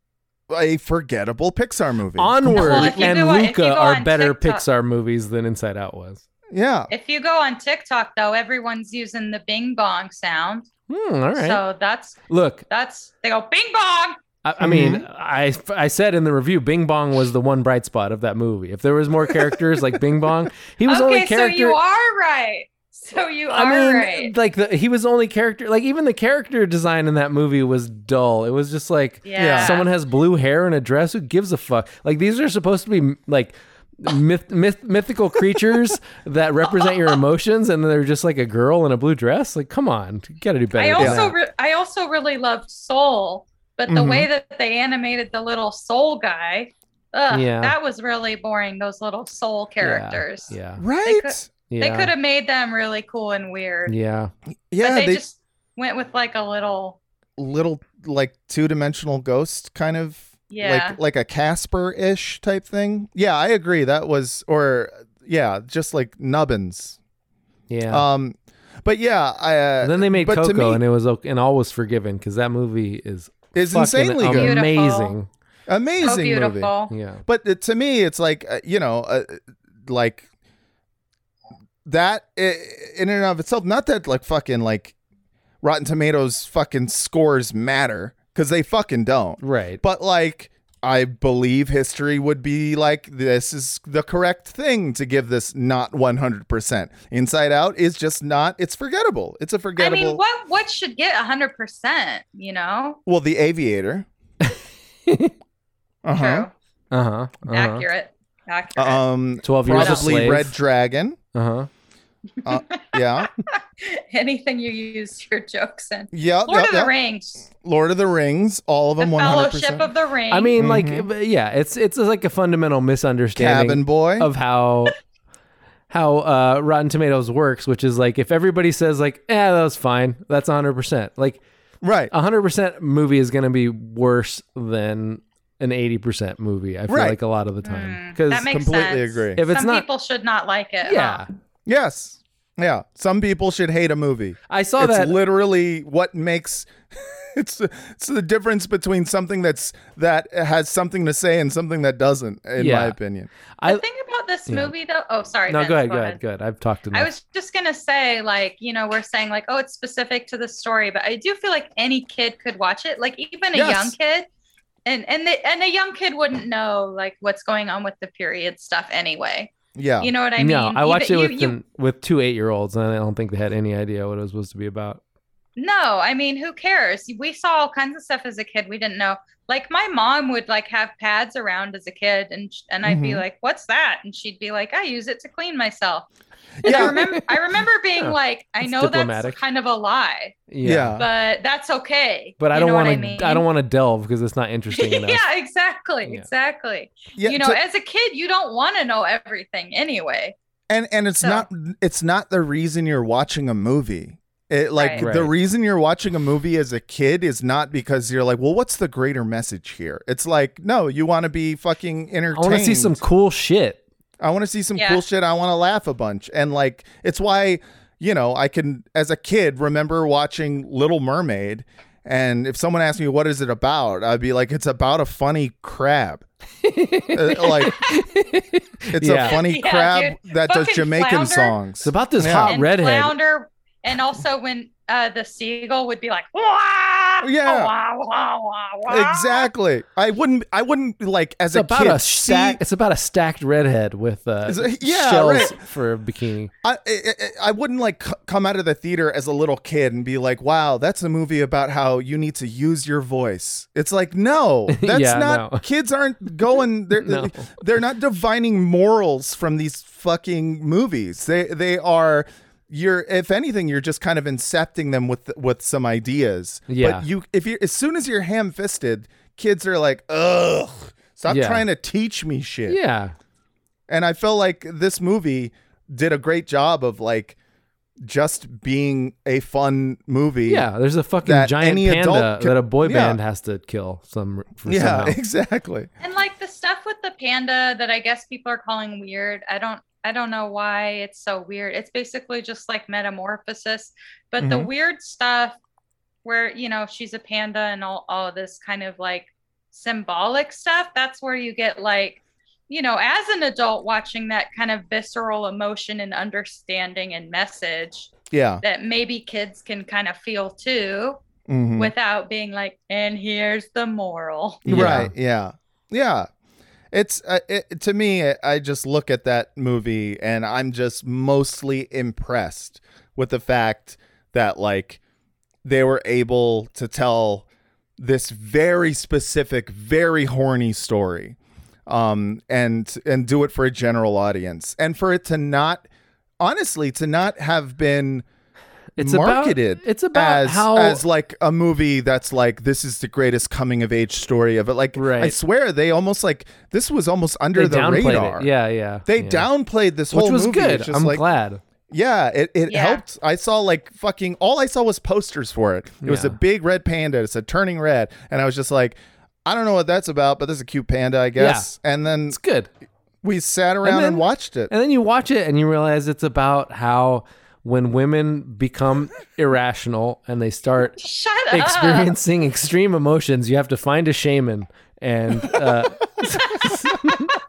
S2: a forgettable Pixar movie.
S1: Onward
S3: Well, if you
S1: and
S3: go on- if you
S1: Luca
S3: go
S1: are
S3: on
S1: better
S3: TikTok-
S1: Pixar movies than Inside Out was.
S2: yeah.
S3: If you go on TikTok though, everyone's using the bing bong sound.
S1: Hmm, all right.
S3: So that's
S1: Look,
S3: that's they go bing bong.
S1: I, I mean, I,
S3: Mm-hmm.
S1: I said in the review, Bing Bong was the one bright spot of that movie. If there was more characters like Bing Bong, he was
S3: okay,
S1: only
S3: so
S1: character.
S3: you are right. So you are
S1: I mean,
S3: right.
S1: like the, he was only character. Like even the character design in that movie was dull. It was just like
S3: Yeah.
S1: someone has blue hair and a dress. Who gives a fuck? Like these are supposed to be like myth, myth mythical creatures that represent your emotions, and they're just like a girl in a blue dress. Like come on, you gotta do better.
S3: I
S1: than
S3: also
S1: that. Mm-hmm.
S3: re- I also really loved Soul, but the way that they animated the little Soul guy, ugh,
S1: Yeah.
S3: that was really boring. Those little Soul characters,
S1: Yeah,
S2: Right?
S3: could-
S1: yeah,
S3: they could have made them really cool and weird.
S1: yeah.
S2: yeah,
S3: but they,
S2: they
S3: just went with like a little
S2: little like two-dimensional ghost kind of
S3: yeah.
S2: like like a Casper-ish type thing. Yeah, I agree. That was or yeah, just like nubbins.
S1: Yeah.
S2: Um but yeah, I uh,
S1: And then they made
S2: but to
S1: Coco,
S2: me-
S1: and it was okay, and all was forgiven because that movie is
S2: It's
S1: fucking um,
S2: insanely good.
S1: amazing.
S2: amazing
S3: so
S2: movie.
S3: beautiful.
S1: Yeah,
S2: But uh, to me, it's like uh, you know, uh, like that i- in and of itself. Not that like fucking like Rotten Tomatoes fucking scores matter because they fucking don't.
S1: right.
S2: But like, I believe history would be like, this is the correct thing to give this not 100%. Inside Out is just not, it's forgettable. It's a
S3: I
S2: forgettable.
S3: mean, what what should get hundred percent? You know,
S2: Well, The Aviator. Uh-huh. uh huh.
S1: Uh huh. Uh-huh.
S3: accurate, accurate.
S2: Um,
S1: Twelve years a
S2: probably
S1: slave.
S2: Red Dragon.
S1: Uh huh.
S2: Uh, yeah.
S3: Anything you use your jokes in.
S2: Yeah.
S3: Lord
S2: yeah,
S3: of the
S2: yeah.
S3: Rings,
S2: Lord of the Rings. All of
S3: the
S2: them 100%.
S3: Fellowship of the Ring.
S1: I mean, like,
S2: Mhm.
S1: but yeah, it's it's like a fundamental misunderstanding
S2: Cabin Boy.
S1: of how how uh, Rotten Tomatoes works, which is like if everybody says like, "Yeah, that was fine," that's hundred percent. Like,
S2: right.
S1: hundred percent movie is going to be worse than an eighty percent movie. I feel
S2: Right.
S1: like a lot of the time
S3: Mm,
S1: because
S3: that makes
S2: Completely
S3: sense.
S2: agree.
S1: if it's
S3: Some
S1: not,
S3: people should not like it.
S1: yeah,
S3: huh?
S2: Yes. Yeah. Some people should hate a movie.
S1: I saw
S2: it's
S1: that.
S2: literally what makes it's it's the difference between something that's that has something to say and something that doesn't in
S1: Yeah.
S2: my opinion
S1: I-
S3: the thing about this
S1: yeah.
S3: movie, though. Oh, sorry.
S1: no,
S3: Vince,
S1: go ahead, go ahead, go ahead. I've talked enough.
S3: I was just gonna say, like, you know, we're saying like, oh, it's specific to the story, but I do feel like any kid could watch it, like even a
S2: Yes.
S3: young kid, and and the, and a young kid wouldn't know like what's going on with the period stuff anyway.
S2: yeah
S3: You know what I mean?
S1: no, I
S3: Even-
S1: watched
S3: you-
S1: it with
S3: you-
S1: an- with two eight year olds, and I don't think they had any idea what it was supposed to be about.
S3: No, I mean, who cares? We saw all kinds of stuff as a kid we didn't know. Like my mom would like have pads around as a kid, and sh- and I'd be
S2: Mhm.
S1: Mm-hmm.
S3: like, "What's that?" And she'd be like, "I use it to clean myself." And I
S2: Yeah.
S3: remember, I remember being
S1: Yeah.
S3: like, "I
S1: It's
S3: know
S1: diplomatic.
S3: that's kind of a lie,
S1: Yeah,
S2: Yeah.
S3: but that's okay."
S1: but I
S3: You
S1: don't
S3: know what
S1: want to. I,
S3: mean?
S1: don't want to delve because it's not interesting enough.
S3: yeah, exactly,
S1: Yeah.
S3: exactly.
S2: yeah
S3: you know,
S2: to-
S3: as a kid, you don't want to know everything anyway.
S2: and and it's
S3: so-
S2: not it's not the reason you're watching a movie It, like
S3: Right.
S2: the
S1: Right.
S2: reason you're watching a movie as a kid is not because you're like, well, what's the greater message here? It's like, no, you want to be fucking
S1: I
S2: entertained.
S1: want to see some cool shit.
S2: I want to see some
S3: Yeah.
S2: cool shit. I want to laugh a bunch. And like, it's why, you know, I can, as a kid, remember watching Little Mermaid. And if someone asked me, what is it about? I'd be like, it's about a funny crab. Uh, like, it's
S1: Yeah.
S2: a funny
S3: Yeah,
S2: crab
S3: dude.
S2: that does
S3: Fucking
S2: Jamaican
S3: flounder.
S2: songs.
S1: It's about this
S2: Yeah.
S1: hot
S3: and
S1: Uh, redhead.
S3: flounder, and also when uh, the seagull would be like, "Wah,
S2: Yeah.
S3: wah, wah, wah, wah."
S2: Exactly. I wouldn't, I wouldn't like as
S1: It's
S2: a
S1: about
S2: kid.
S1: a
S2: see-
S1: stack. It's about a stacked redhead with uh,
S2: Is it- yeah,
S1: shells
S2: right.
S1: for a bikini.
S2: I, I I- I wouldn't like c- come out of the theater as a little kid and be like, "Wow, that's a movie about how you need to use your voice." It's like, no, that's
S1: Yeah,
S2: not.
S1: no.
S2: Kids aren't going. They're
S1: No.
S2: they're not divining morals from these fucking movies. They they are. You're, if anything, you're just kind of incepting them with with some ideas.
S1: Yeah.
S2: But you, if you, as soon as you're ham fisted, kids are like, "Ugh, stop
S1: Yeah.
S2: trying to teach me shit."
S1: Yeah,
S2: and I feel like this movie did a great job of like just being a fun movie.
S1: yeah. There's a fucking
S2: That
S1: giant
S2: any adult
S1: panda
S2: can-
S1: that a boy
S2: yeah.
S1: band has to kill some. For
S2: Yeah,
S1: somehow.
S2: exactly.
S3: And like the stuff with the panda that I guess people are calling weird. I don't I don't know why it's so weird. It's basically just like metamorphosis, but the
S2: Mhm.
S3: weird stuff where, you know, she's a panda and all all of this kind of like symbolic stuff, that's where you get like you know, as an adult watching that kind of visceral emotion and understanding and message
S2: Yeah.
S3: that maybe kids can kind of feel too
S2: Mhm.
S3: without being like, and here's the moral.
S1: Yeah.
S2: Right. Yeah. Yeah. It's uh, it, to me. I- I just look at that movie and I'm just mostly impressed with the fact that like they were able to tell this very specific, very horny story, um, and and do it for a general audience, and for it to not, honestly, to not have been
S1: It's
S2: marketed
S1: About, it's about
S2: as,
S1: how
S2: as like a movie that's like this is the greatest coming of age story of it. Like I
S1: Right.
S2: swear they almost like this was almost
S1: they
S2: under the
S1: downplayed
S2: radar.
S1: It. Yeah, yeah.
S2: They
S1: yeah.
S2: downplayed this whole
S1: which was
S2: movie.
S1: good.
S2: It's just
S1: I'm
S2: like,
S1: glad.
S2: Yeah, it, it
S3: Yeah.
S2: helped. I saw like fucking all I saw was posters for it. It was
S1: Yeah.
S2: a big red panda. It said turning red. And I was just like, I don't know what that's about, but this is a cute panda, I guess. And then
S1: It's good.
S2: we sat around and,
S1: then-
S2: watched it.
S1: And then you watch it and you realize it's about how when women become irrational and they start
S3: Shut up.
S1: experiencing extreme emotions, you have to find a shaman and uh,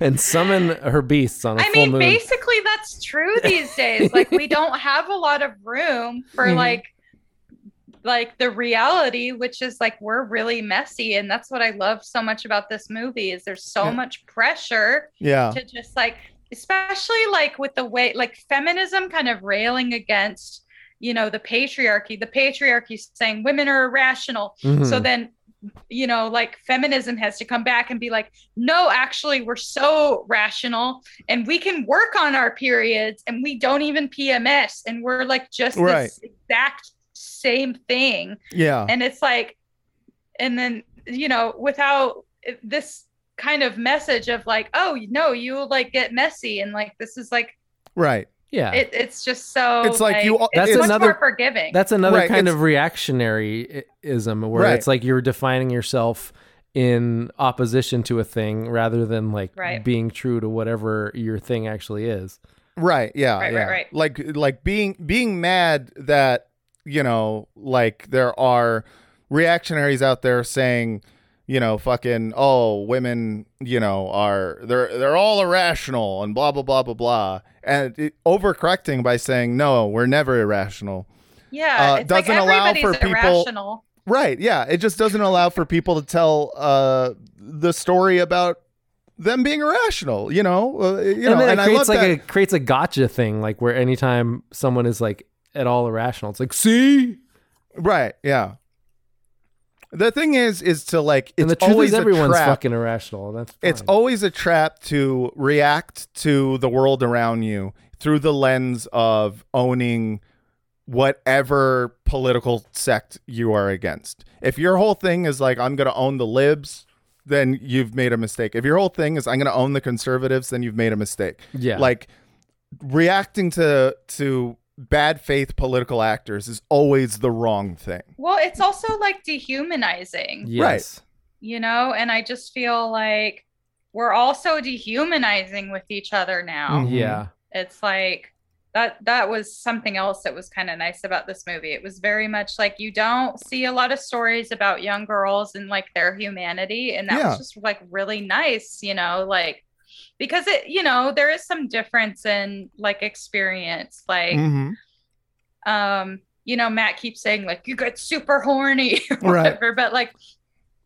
S1: and summon her beasts on a
S3: I
S1: full
S3: mean,
S1: moon.
S3: basically, that's true these days. Like, we don't have a lot of room for
S1: Mm-hmm.
S2: Mhm.
S3: like, like the reality, which is like we're really messy, and that's what I love so much about this movie is there's so
S2: Yeah.
S3: much pressure
S2: yeah.
S3: to just like, especially like with the way like feminism kind of railing against, you know, the patriarchy. The patriarchy saying women are irrational,
S2: Hmm.
S1: Mhm.
S3: so then, you know, like feminism has to come back and be like, no, actually, we're so rational and we can work on our periods and we don't even PMS and we're like just
S2: Right.
S3: this exact same thing.
S2: Yeah.
S3: And it's like, and then, you know, without this kind of message of like, oh, no, you will like get messy and like this is like,
S2: Right.
S1: yeah.
S3: it, it's just so.
S2: It's like you-
S3: That's
S1: That's
S3: much
S1: another-
S3: more forgiving.
S1: That's another
S2: Right,
S1: kind
S2: it's-
S1: of reactionaryism where
S2: Right.
S1: it's like you're defining yourself in opposition to a thing rather than like
S3: Right.
S1: being true to whatever your thing actually is.
S2: Right. Yeah.
S3: Right, right,
S2: yeah.
S3: right.
S2: Like like being being mad that you know like there are reactionaries out there saying you know fucking oh women you know are they're they're all irrational and blah blah blah blah blah and it, overcorrecting by saying no we're never irrational
S3: yeah.
S2: uh,
S3: it's like
S2: doesn't allow for
S3: everybody's
S2: people-
S3: irrational.
S2: right yeah it just doesn't allow for people to tell uh the story about them being irrational you know uh, you know
S1: and then
S2: and
S1: it
S2: I love
S1: creates like
S2: that.
S1: a creates a gotcha thing, like where anytime someone is like at all irrational, it's like, see,
S2: Right. Yeah. The thing is, is to like it's
S1: and the truth
S2: always
S1: is everyone's
S2: a trap.
S1: fucking irrational. and That's
S2: it's
S1: fine.
S2: always a trap to react to the world around you through the lens of owning whatever political sect you are against. If your whole thing is like I'm going to own the libs, then you've made a mistake. If your whole thing is I'm going to own the conservatives, then you've made a mistake
S1: yeah,
S2: like reacting to to bad faith political actors is always the wrong thing.
S3: Well, it's also like dehumanizing,
S1: Yes.
S3: you know? And I just feel like we're also dehumanizing with each other now.
S2: Mhm.
S1: Yeah.
S3: It's like that that was something else that was kind of nice about this movie. It was very much like you don't see a lot of stories about young girls and like their humanity and that
S2: Yeah.
S3: was just like really nice, you know, like because it, you know, there is some difference in like experience like
S2: Mm-hmm.
S3: um you know matt keeps saying like you get super horny or
S2: Right.
S3: whatever but like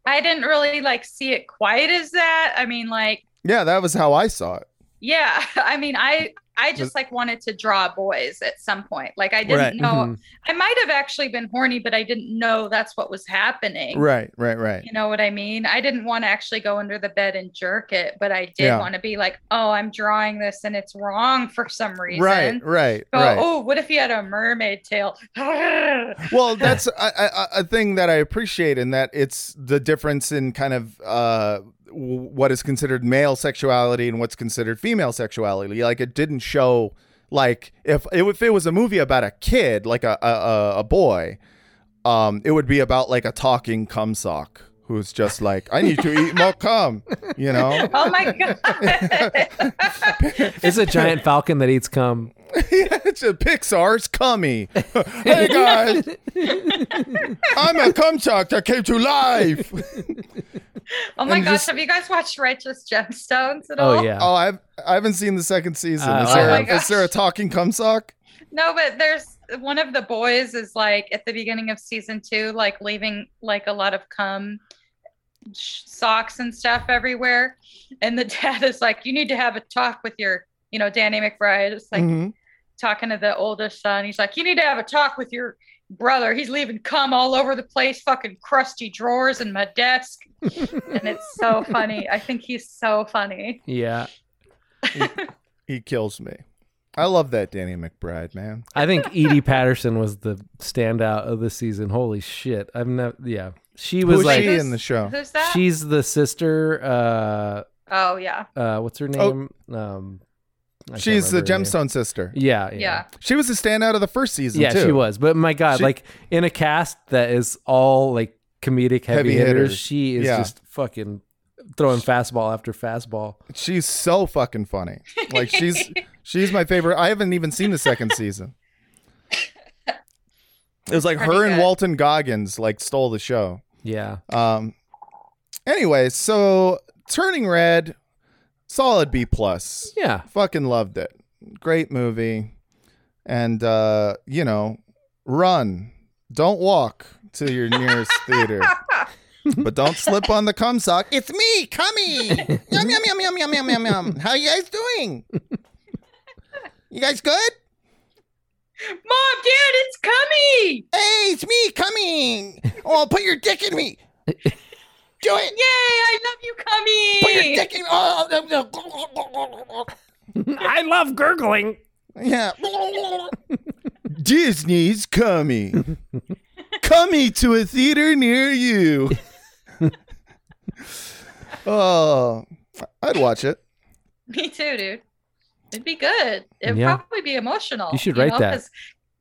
S3: i didn't really like see it quite as that i mean like
S2: Yeah, that was how I saw it.
S3: yeah i mean i i
S2: Was-
S3: just like wanted to draw boys at some point like i didn't
S2: Right. Mm-hmm.
S3: know
S1: Mhm.
S3: i might have actually been horny but i didn't know that's what was happening
S2: Right, right, right.
S3: you know what i mean i didn't want to actually go under the bed and jerk it but i did
S2: Yeah.
S3: want to be like oh i'm drawing this and it's wrong for some reason
S2: Right, right,
S3: Go,
S2: right.
S3: oh what if he had a mermaid tail
S2: well that's a, a, a thing that i appreciate in that it's the difference in kind of uh, w- what is considered male sexuality and what's considered female sexuality like it didn't show like if if it was a movie about a kid like a a- a, a boy um it would be about like a talking cum sock who's just like i need to eat more cum you know
S3: Oh my god.
S1: It's a giant falcon that eats cum.
S2: it's a Pixar's cummy. hey guys, I'm a cum sock that came to life.
S3: Oh my
S2: And
S3: gosh,
S2: just-
S3: have you guys watched Righteous Gemstones at all?
S1: Oh yeah.
S2: Oh, I've I haven't seen the second season.
S1: Uh,
S2: is,
S1: oh
S2: there,
S1: my
S2: a- is
S3: gosh.
S2: there a talking cum sock?
S3: No, but there's one of the boys is like at the beginning of season 2 like leaving like a lot of cum sh- socks and stuff everywhere and the dad is like you need to have a talk with your you know Danny McBride it's like
S2: Mhm.
S3: talking to the oldest son he's like you need to have a talk with your brother he's leaving cum all over the place fucking crusty drawers in my desk and it's so funny I think he's so funny
S1: Yeah.
S2: He kills me. I love that Danny McBride man.
S1: I think Edie Patterson was the standout of the season. Holy shit. I've never yeah. She was
S2: Who's
S1: like
S2: she in the show?
S3: Who's that?
S1: she's the sister uh
S3: oh yeah.
S1: uh what's her name? Um I can't
S2: Oh. She's the
S1: remember her name.
S2: gemstone sister.
S1: Yeah,
S3: yeah,
S1: yeah.
S2: She was the standout of the first season
S1: Yeah,
S2: too.
S1: she was. But my god,
S2: She-
S1: like in a cast that is all like comedic heavy,
S2: Heavy
S1: hitters,
S2: hitters.
S1: she is
S2: Yeah.
S1: just fucking throwing fastball after fastball.
S2: She's so fucking funny. Like she's she's my favorite. I haven't even seen the second season. It was like her
S3: Pretty
S2: and
S3: good.
S2: Walton Goggins like stole the show.
S1: Yeah.
S2: Um. Anyway, so Turning Red, solid B plus.
S1: Yeah.
S2: Fucking loved it. Great movie, and uh, you know, run, don't walk to your nearest theater, but don't slip on the cum sock. It's me, cummy. yum yum yum yum yum yum yum yum. How you guys doing? You guys good?
S3: Mom, Dad, it's coming!
S2: Hey, it's me coming. Oh, put your dick in me. Do it.
S3: Yay! I love you, coming!
S2: in. Oh, no,
S1: I love gurgling.
S2: Yeah. Disney's coming. coming to a theater near you. oh, I'd watch it.
S3: Me too, dude. It'd be good. It'd
S1: Yeah.
S3: probably be emotional.
S1: You should write that. Uh,
S3: 'cause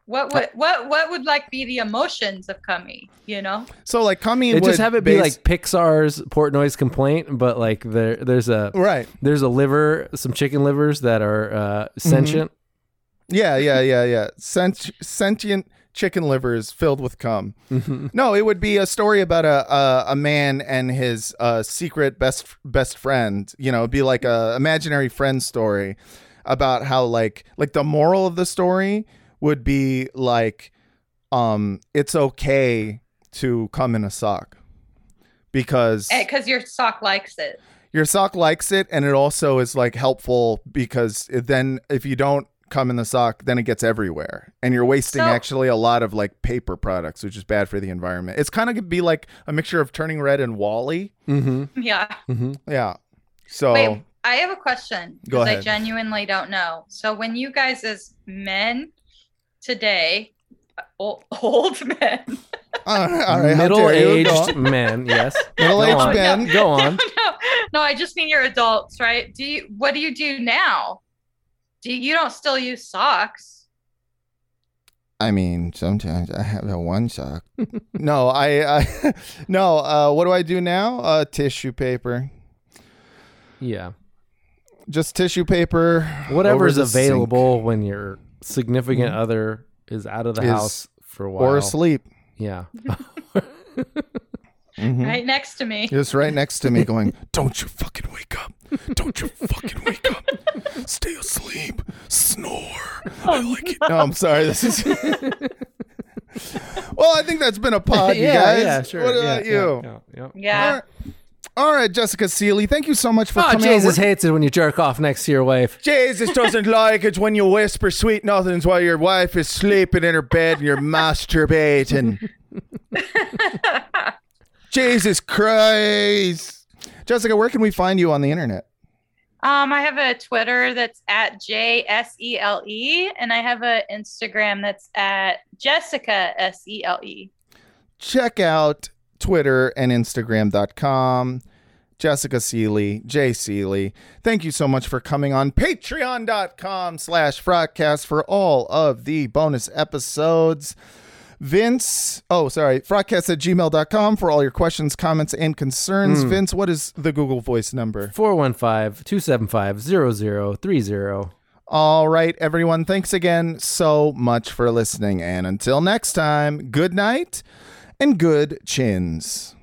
S3: What would what what would like be the emotions of coming? You know,
S2: So like coming
S1: It
S2: would
S1: just have it be
S2: base-
S1: like Pixar's Portnoy's complaint, but like there there's a
S2: right.
S1: there's a liver, some chicken livers that are uh, sentient.
S2: Yeah, yeah, yeah, yeah. Sent- sentient chicken livers filled with cum.
S1: Mm-hmm.
S2: No, it would be a story about a a, a man and his uh, secret best best friend. You know, it'd be like a imaginary friend story about how like like the moral of the story would be like um it's okay to come in a sock because
S3: because Eh, your sock likes it.
S2: your sock likes it and it also is like helpful because it then if you don't come in the sock then it gets everywhere and you're wasting
S3: So-
S2: actually a lot of like paper products which is bad for the environment it's kind of gonna be like a mixture of turning red and wally
S1: Mm-hmm.
S3: Yeah.
S1: Mm-hmm.
S2: yeah so
S1: Oh.
S3: Wait, I have a question
S2: Go
S3: because I
S2: ahead.
S3: genuinely don't know. So when you guys as men today, old, old men,
S2: all right, all right, how
S1: Middle
S2: dare you? Go
S1: aged
S2: on.
S1: men. Yes.
S2: Middle-aged
S1: Go on.
S2: men.
S1: Go on.
S3: no, no, I just mean you're adults, right? Do you what do you do now? Do you, you don't still use socks?
S2: I mean, sometimes I have a one sock. no, I, I no. Uh, what do I do now? Uh, tissue paper.
S1: Yeah.
S2: Just tissue paper.
S1: Whatever's
S2: over the sink
S1: available when your significant other Mm-hmm. is out of the
S2: Is-
S1: house for a while.
S2: or asleep.
S1: Yeah.
S2: Mhm.
S3: right next to me.
S2: Just right next to me, going, "Don't you fucking wake up! Don't you fucking wake up! Stay asleep! Snore! I like it." No, I'm sorry. This is. well, I think that's been a pod, Uh, you guys.
S1: yeah, sure.
S2: What
S1: yeah,
S2: about
S1: yeah,
S2: you?
S1: yeah, yeah.
S3: Yeah.
S2: All right. All right, Jessica Seely, thank you so much for
S1: Oh,
S2: coming. over.
S1: Jesus hates it when you jerk off next to your wife.
S2: Jesus doesn't like it when you whisper sweet nothings while your wife is sleeping in her bed and you're masturbating. Jesus Christ. Jessica, where can we find you on the internet?
S3: Um, I have a Twitter that's at J S E L E, and I have a Instagram that's at Jessica S E L E.
S2: Check out Twitter and Instagram.com. Jessica Seely, Jay Seely, thank you so much for coming on patreon.com slash broadcast for all of the bonus episodes. Vince, oh, sorry, broadcast at gmail.com for all your questions, comments, and concerns. Vince, what is the Google Voice number?
S1: 415-275-0030.
S2: All right, everyone, thanks again so much for listening. And until next time, good night and good chins.